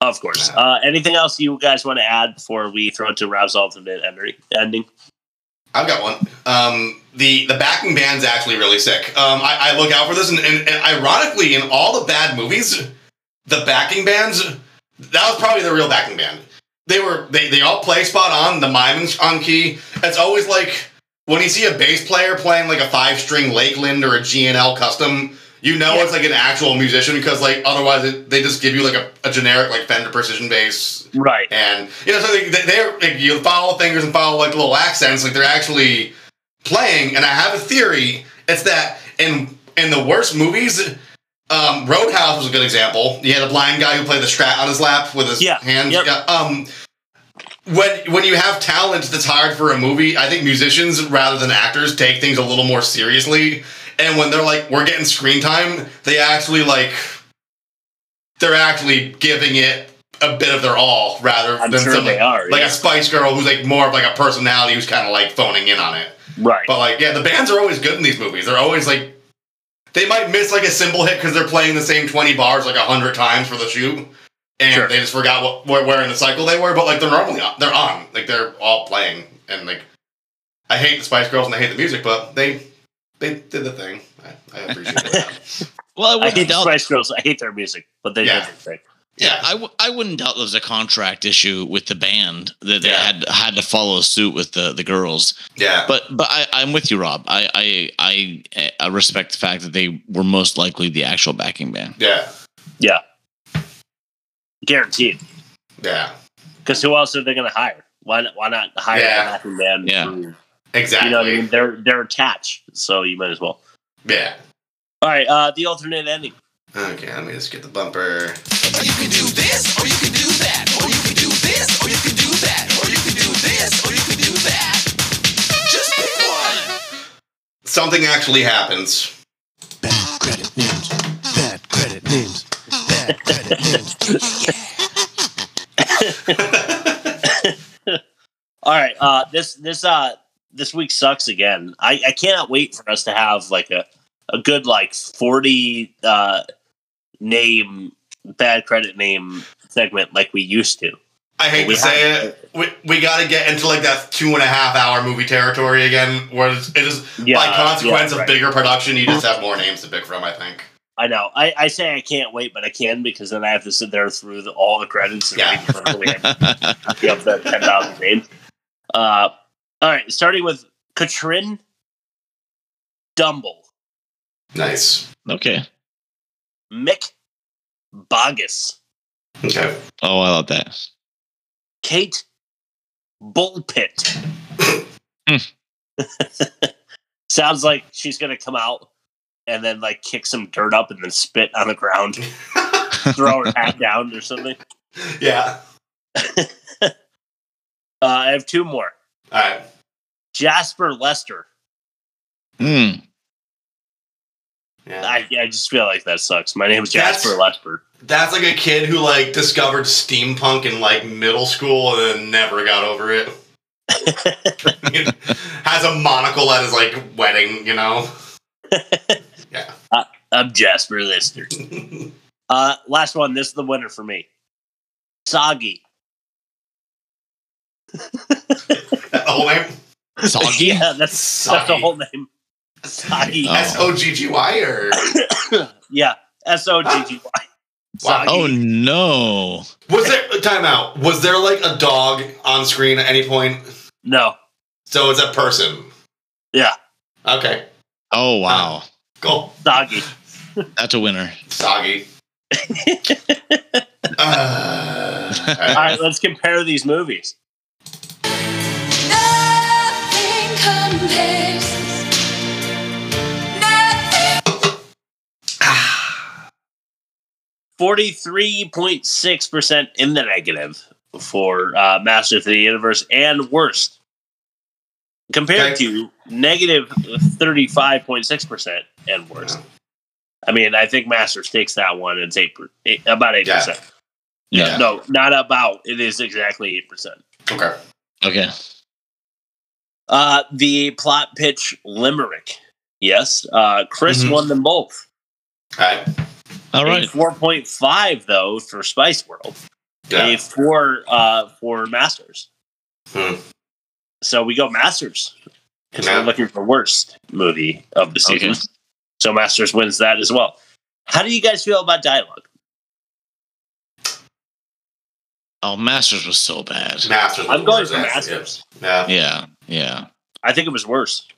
[SPEAKER 1] Of course. Uh, anything else you guys want to add before we throw it to Rob's ultimate ender- ending?
[SPEAKER 2] I've got one. Um, the the backing band's actually really sick. Um, I, I look out for this, and, and, and ironically, in all the bad movies, the backing bands that was probably the real backing band. They were they, they all play spot on the miming's on key. It's always like when you see a bass player playing like a five string Lakeland or a GNL custom, you know it's like an actual musician because like otherwise it, they just give you like a, a generic like Fender precision bass,
[SPEAKER 1] right?
[SPEAKER 2] And you know so they, they- they're like, you follow fingers and follow like little accents like they're actually playing. And I have a theory. It's that in in the worst movies, um, Roadhouse was a good example. You had a blind guy who played the strat on his lap with his hand. Yeah, um, when when you have talent that's hired for a movie, I think musicians rather than actors take things a little more seriously. And when they're like, we're getting screen time, they actually like they're actually giving it a bit of their all rather
[SPEAKER 1] I'm
[SPEAKER 2] than
[SPEAKER 1] sure
[SPEAKER 2] something
[SPEAKER 1] they are,
[SPEAKER 2] like
[SPEAKER 1] yeah.
[SPEAKER 2] a Spice Girl who's like more of like a personality who's kind of like phoning in on it.
[SPEAKER 1] Right.
[SPEAKER 2] But like, yeah, the bands are always good in these movies. They're always like, they might miss like a cymbal hit because they're playing the same twenty bars like a hundred times for the shoot, and they just forgot what where, where in the cycle they were. But like, they're normally on, they're on, like they're all playing, and like, I hate the Spice Girls and I hate the music, but they they did the thing. I, I appreciate that.
[SPEAKER 3] Well, I
[SPEAKER 1] I
[SPEAKER 3] wouldn't
[SPEAKER 1] hate the
[SPEAKER 3] doubt-
[SPEAKER 1] Spice Girls. I hate their music, but they
[SPEAKER 3] Yeah.
[SPEAKER 1] did their thing.
[SPEAKER 3] Yeah, I, w- I wouldn't doubt there was a contract issue with the band that they had had to follow suit with the, the girls.
[SPEAKER 2] Yeah,
[SPEAKER 3] but but I, I'm with you, Rob. I, I I I respect the fact that they were most likely the actual backing band.
[SPEAKER 2] Yeah,
[SPEAKER 1] Yeah. Guaranteed.
[SPEAKER 2] Yeah.
[SPEAKER 1] Because who else are they going to hire? Why not, why not hire
[SPEAKER 2] Yeah.
[SPEAKER 1] a backing band?
[SPEAKER 3] Yeah.
[SPEAKER 2] Exactly.
[SPEAKER 1] You know what I mean? They're, they're attached, so you might as well.
[SPEAKER 2] Yeah.
[SPEAKER 1] All right, uh, the alternate ending.
[SPEAKER 2] Okay, let me just get the bumper. Something actually happens.
[SPEAKER 5] Bad credit names. Bad credit names. Bad credit names.
[SPEAKER 1] Uh, All right. Uh, this this uh this week sucks again. I, I cannot wait for us to have like a, a good like forty uh name bad credit name segment like we used to.
[SPEAKER 2] I hate
[SPEAKER 1] We
[SPEAKER 2] to say it. We, we got to get into like that two and a half hour movie territory again, where it's, it is by
[SPEAKER 1] Yeah,
[SPEAKER 2] consequence
[SPEAKER 1] yeah, right.
[SPEAKER 2] of bigger production, you just have more names to pick from. I think.
[SPEAKER 1] I know. I, I say I can't wait, but I can because then I have to sit there through the, all the credits and read literally every- of the ten thousand names. Uh, all right, starting with Katrin Dumble,
[SPEAKER 2] Nice.
[SPEAKER 3] Okay.
[SPEAKER 1] Mick Bogus,
[SPEAKER 2] Okay.
[SPEAKER 3] Oh, I love that.
[SPEAKER 1] Kate Bullpit. Sounds like she's gonna come out and then like kick some dirt up and then spit on the ground, throw her hat down or something.
[SPEAKER 2] Yeah.
[SPEAKER 1] Uh, I have two more.
[SPEAKER 2] All right.
[SPEAKER 1] Jasper Lester.
[SPEAKER 3] Hmm.
[SPEAKER 1] I, I just feel like that sucks. My name is Jasper Lester.
[SPEAKER 2] That's like a kid who like discovered steampunk in like middle school and then never got over it. Has a monocle at his like wedding, you know.
[SPEAKER 1] I, I'm Jasper Lester. uh, last one. This is the winner for me. Soggy.
[SPEAKER 2] whole name?
[SPEAKER 1] Soggy? yeah, that's, that's the
[SPEAKER 2] Soggy.
[SPEAKER 1] whole name. Soggy.
[SPEAKER 2] S O G G Y or
[SPEAKER 1] yeah, S O G G Y.
[SPEAKER 2] Wow.
[SPEAKER 3] Oh no.
[SPEAKER 2] Was there time out? Was there like a dog on screen at any point?
[SPEAKER 1] No.
[SPEAKER 2] So it's a person.
[SPEAKER 1] Yeah.
[SPEAKER 2] Okay.
[SPEAKER 3] Oh wow.
[SPEAKER 2] Cool.
[SPEAKER 1] Soggy.
[SPEAKER 3] That's a winner.
[SPEAKER 2] Soggy. Uh,
[SPEAKER 1] All right, let's compare these movies.
[SPEAKER 4] Nothing compares. Nothing.
[SPEAKER 1] 43.6% in the negative for uh, Master of the Universe and worst. Compared to negative 35.6% and worst. I mean, I think Master takes that one. It's eight, per- eight about 8%.
[SPEAKER 3] Yeah.
[SPEAKER 1] No, not about. It is exactly 8%.
[SPEAKER 2] Okay.
[SPEAKER 3] Okay.
[SPEAKER 1] Uh, the plot pitch limerick. Yes. Uh, Chris won them both.
[SPEAKER 2] Okay.
[SPEAKER 3] All
[SPEAKER 1] right. Four point five though for Spice World. A four uh, for Masters. So we go Masters because we're looking for worst movie of the season. So Masters wins that as well. How do you guys feel about dialogue?
[SPEAKER 3] Oh, Masters was so bad.
[SPEAKER 2] Masters
[SPEAKER 1] I'm going for Masters.
[SPEAKER 2] Yeah.
[SPEAKER 3] Yeah. Yeah.
[SPEAKER 1] I think it was worse.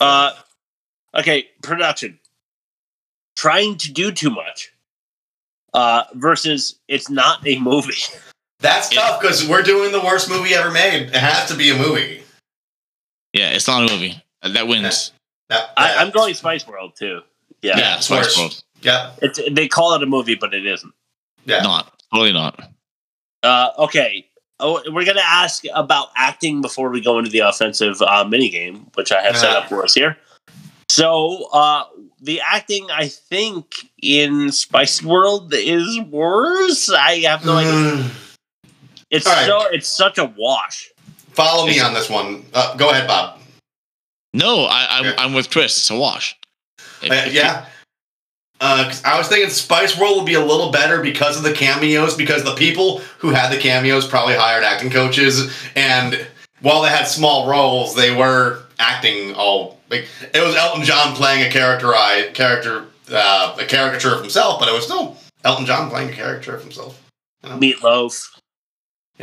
[SPEAKER 1] Uh, okay, production. Trying to do too much uh, versus it's not a movie.
[SPEAKER 2] That's tough because we're doing the worst movie ever made. It has to be a movie.
[SPEAKER 3] Yeah, it's not a movie. Uh, That wins.
[SPEAKER 1] I, I'm going Spice World too. Yeah,
[SPEAKER 3] Yeah, Spice Worse. World.
[SPEAKER 2] Yeah,
[SPEAKER 1] it's, they call it a movie, but it isn't.
[SPEAKER 2] Yeah.
[SPEAKER 3] Not. Totally not.
[SPEAKER 1] Uh, okay. Oh, we're gonna ask about acting before we go into the offensive uh, mini game, which I have set up for us here. So uh, the acting, I think, in Spice World is worse. I have no
[SPEAKER 2] Mm,
[SPEAKER 1] idea. It's
[SPEAKER 2] All right.
[SPEAKER 1] so it's such a wash.
[SPEAKER 2] Follow me on this one. Uh, go ahead, Bob.
[SPEAKER 3] No, I, I'm, I'm with Twist. It's a wash. If-
[SPEAKER 2] Uh,
[SPEAKER 3] if you-
[SPEAKER 2] yeah. Uh, 'cause I was thinking Spice World would be a little better because of the cameos, because the people who had the cameos probably hired acting coaches, and while they had small roles, they were acting all like it was Elton John playing a character, I character, uh, a caricature of himself, but it was still Elton John playing a caricature of himself.
[SPEAKER 1] Meatloaf.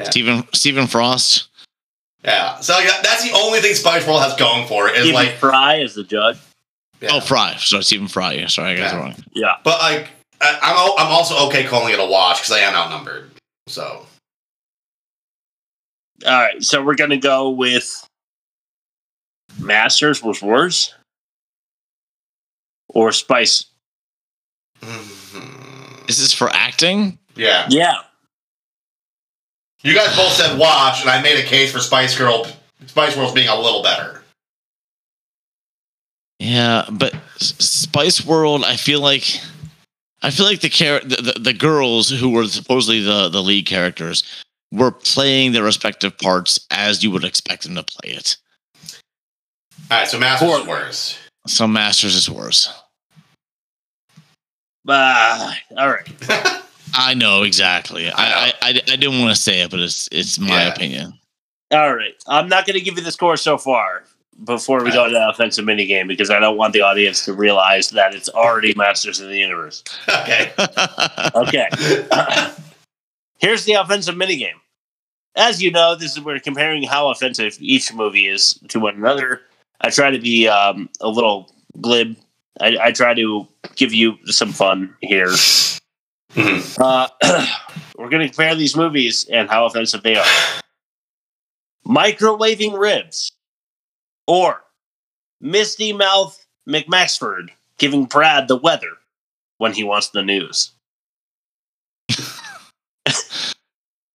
[SPEAKER 3] Stephen Stephen Frost.
[SPEAKER 2] Yeah, so yeah, that's the only thing Spice World has going for it is
[SPEAKER 3] Even
[SPEAKER 2] like
[SPEAKER 1] Fry is the judge.
[SPEAKER 3] Oh, Fry. So Stephen Fry. Yeah, Sorry, I got it wrong.
[SPEAKER 1] Yeah,
[SPEAKER 2] but like I, I'm al- I'm also okay calling it a wash because I am outnumbered. So
[SPEAKER 1] All right, so we're gonna go with Masters was worse, or Spice.
[SPEAKER 3] This is for acting.
[SPEAKER 2] mm, yeah,
[SPEAKER 1] Yeah.
[SPEAKER 2] You guys both said wash, and I made a case for Spice Girl, Spice World's being a little better.
[SPEAKER 3] Yeah, but S- Spice World. I feel like. I feel like the, char- the, the the girls who were supposedly the, the lead characters were playing their respective parts as you would expect them to play it.
[SPEAKER 2] All right, so Masters is worse.
[SPEAKER 3] So Masters is worse.
[SPEAKER 1] Ah, all right.
[SPEAKER 3] I know exactly. I I, I, I didn't want to say it, but it's it's my opinion.
[SPEAKER 1] All right. I'm not going to give you the score so far before we go to the offensive minigame because I don't want the audience to realize that it's already Masters of the Universe.
[SPEAKER 2] Okay.
[SPEAKER 1] okay. Here's the offensive minigame. As you know, this is we're comparing how offensive each movie is to one another. I try to be um, a little glib. I, I try to give you some fun here.
[SPEAKER 3] Mm-hmm.
[SPEAKER 1] Uh, we're going to compare these movies and how offensive they are. Microwaving ribs or Misty Mouth McMaxford giving Brad the weather when he wants the news.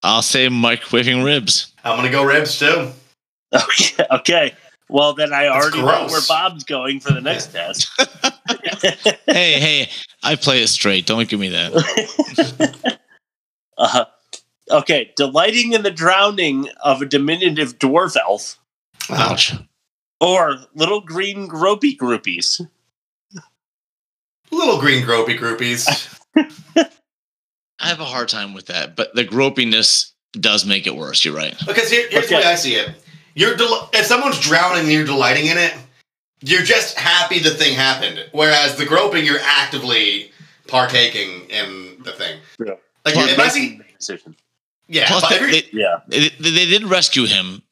[SPEAKER 3] I'll say microwaving ribs.
[SPEAKER 2] I'm gonna go ribs too.
[SPEAKER 1] Okay. Okay. Well, then I already know
[SPEAKER 3] gross.
[SPEAKER 1] where Bob's going for the next test.
[SPEAKER 3] hey, hey, I play it straight. Don't give me that.
[SPEAKER 1] Uh, okay. Delighting in the drowning of a diminutive dwarf elf.
[SPEAKER 3] Ouch.
[SPEAKER 1] Or little green gropey groupies.
[SPEAKER 2] Little green gropey groupies.
[SPEAKER 3] I have a hard time with that, but the gropiness does make it worse. You're right.
[SPEAKER 2] Because here, here's the way I see it: you're del- if someone's drowning and you're delighting in it, you're just happy the thing happened. Whereas the groping, you're actively partaking in the thing.
[SPEAKER 1] Yeah.
[SPEAKER 2] Like
[SPEAKER 3] Plus,
[SPEAKER 2] if I see, yeah,
[SPEAKER 3] Plus,
[SPEAKER 2] if I
[SPEAKER 3] they,
[SPEAKER 2] agree-
[SPEAKER 3] they- they, they did rescue him.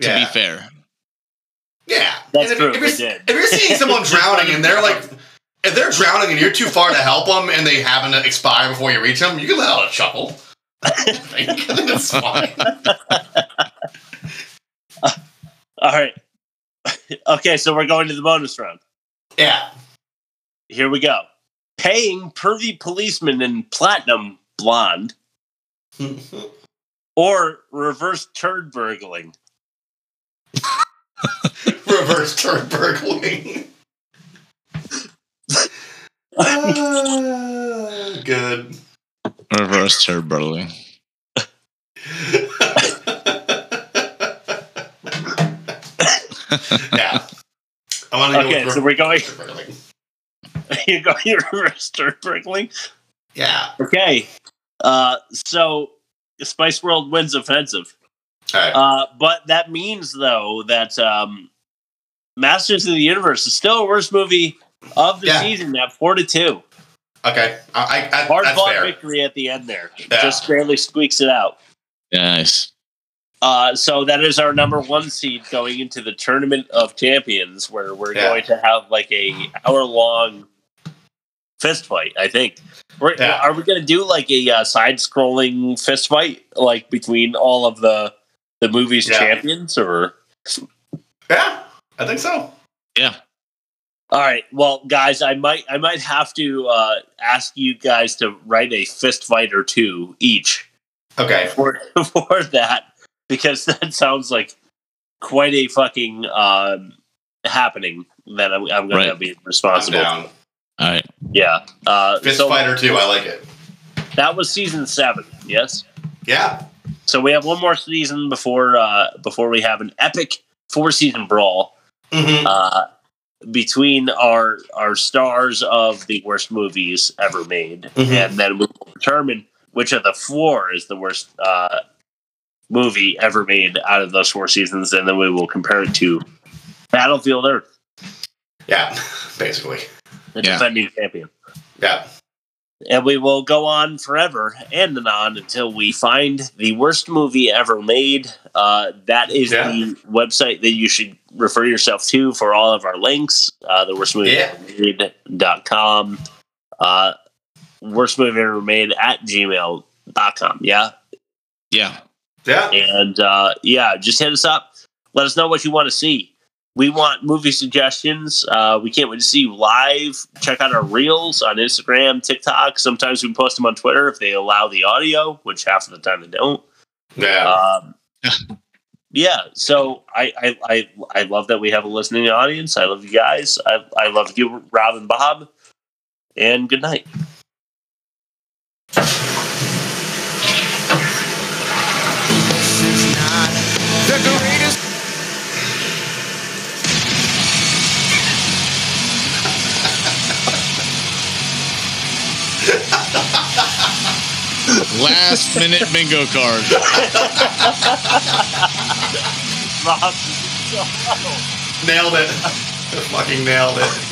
[SPEAKER 3] To
[SPEAKER 2] Yeah.
[SPEAKER 3] be fair,
[SPEAKER 2] yeah,
[SPEAKER 3] That's
[SPEAKER 2] And if,
[SPEAKER 3] true,
[SPEAKER 2] If
[SPEAKER 3] they
[SPEAKER 2] you're,
[SPEAKER 3] did.
[SPEAKER 2] if you're seeing someone drowning and they're like, if they're drowning and you're too far to help them and they happen to expire before you reach them, you can let out a chuckle. I think I think that's fine.
[SPEAKER 1] All right. okay, so we're going to the bonus round.
[SPEAKER 2] Yeah.
[SPEAKER 1] Here we go. Paying pervy policeman in platinum blonde or reverse turd burgling.
[SPEAKER 2] reverse turd burgling. Uh, good.
[SPEAKER 3] reverse turd burgling.
[SPEAKER 2] yeah. I want to go
[SPEAKER 1] Okay,
[SPEAKER 2] with
[SPEAKER 1] so
[SPEAKER 2] re-
[SPEAKER 1] we're going.
[SPEAKER 2] burgling.
[SPEAKER 1] You're going reverse turd burgling?
[SPEAKER 2] Yeah.
[SPEAKER 1] Okay. Uh, so Spice World wins offensive.
[SPEAKER 2] Alright.
[SPEAKER 1] Uh, but that means, though, that um, Masters of the Universe is still a worst movie of the season at 4 to 2.
[SPEAKER 2] Okay. I, I,
[SPEAKER 1] Hard
[SPEAKER 2] that's
[SPEAKER 1] fought
[SPEAKER 2] fair.
[SPEAKER 1] victory at the end there.
[SPEAKER 2] Yeah.
[SPEAKER 1] Just barely squeaks it out.
[SPEAKER 3] Nice.
[SPEAKER 1] Uh, so that is our number one seed going into the tournament of champions, where we're
[SPEAKER 2] Yeah.
[SPEAKER 1] going to have like a hour long fist fight. I think. We're,
[SPEAKER 2] Yeah.
[SPEAKER 1] Are we going to do like a uh, side scrolling fist fight, like between all of the the movies
[SPEAKER 2] Yeah.
[SPEAKER 1] champions, or?
[SPEAKER 2] Yeah, I think so.
[SPEAKER 3] Yeah.
[SPEAKER 1] All right, well, guys, I might I might have to uh, ask you guys to write a fist fight or two each.
[SPEAKER 2] Okay.
[SPEAKER 1] For, for that, because that sounds like quite a fucking um, happening that I'm, I'm going to
[SPEAKER 3] Right.
[SPEAKER 1] be responsible.
[SPEAKER 2] I'm down.
[SPEAKER 1] for.
[SPEAKER 3] All right.
[SPEAKER 1] Yeah. Uh,
[SPEAKER 2] Fist fight or two, I like it.
[SPEAKER 1] That was season seven. Yes.
[SPEAKER 2] Yeah.
[SPEAKER 1] So we have one more season before uh, before we have an epic four season brawl
[SPEAKER 2] Mm-hmm.
[SPEAKER 1] uh, between our our stars of the worst movies ever made,
[SPEAKER 2] Mhm.
[SPEAKER 1] and then we will determine which of the four is the worst uh, movie ever made out of those four seasons, and then we will compare it to Battlefield Earth,
[SPEAKER 2] Yeah, basically.
[SPEAKER 1] the
[SPEAKER 2] Yeah.
[SPEAKER 1] defending champion.
[SPEAKER 2] Yeah.
[SPEAKER 1] And we will go on forever and anon until we find the worst movie ever made. Uh, that is the website that you should refer yourself to for all of our links. Uh, the worst movie
[SPEAKER 2] Yeah.
[SPEAKER 1] ever made.com. Uh, worst movie ever made at gmail.com. Yeah.
[SPEAKER 3] Yeah.
[SPEAKER 2] Yeah.
[SPEAKER 1] And uh, yeah, just hit us up. Let us know what you want to see. We want movie suggestions. Uh, we can't wait to see you live. Check out our reels on Instagram, TikTok. Sometimes we post them on Twitter if they allow the audio, which half of the time they don't.
[SPEAKER 2] Yeah.
[SPEAKER 1] Um, yeah. So I, I I I love that we have a listening audience. I love you guys. I I love you, Rob and Bob. And good night.
[SPEAKER 4] Decorators.
[SPEAKER 3] Last minute bingo card.
[SPEAKER 2] Nailed it. Fucking nailed it.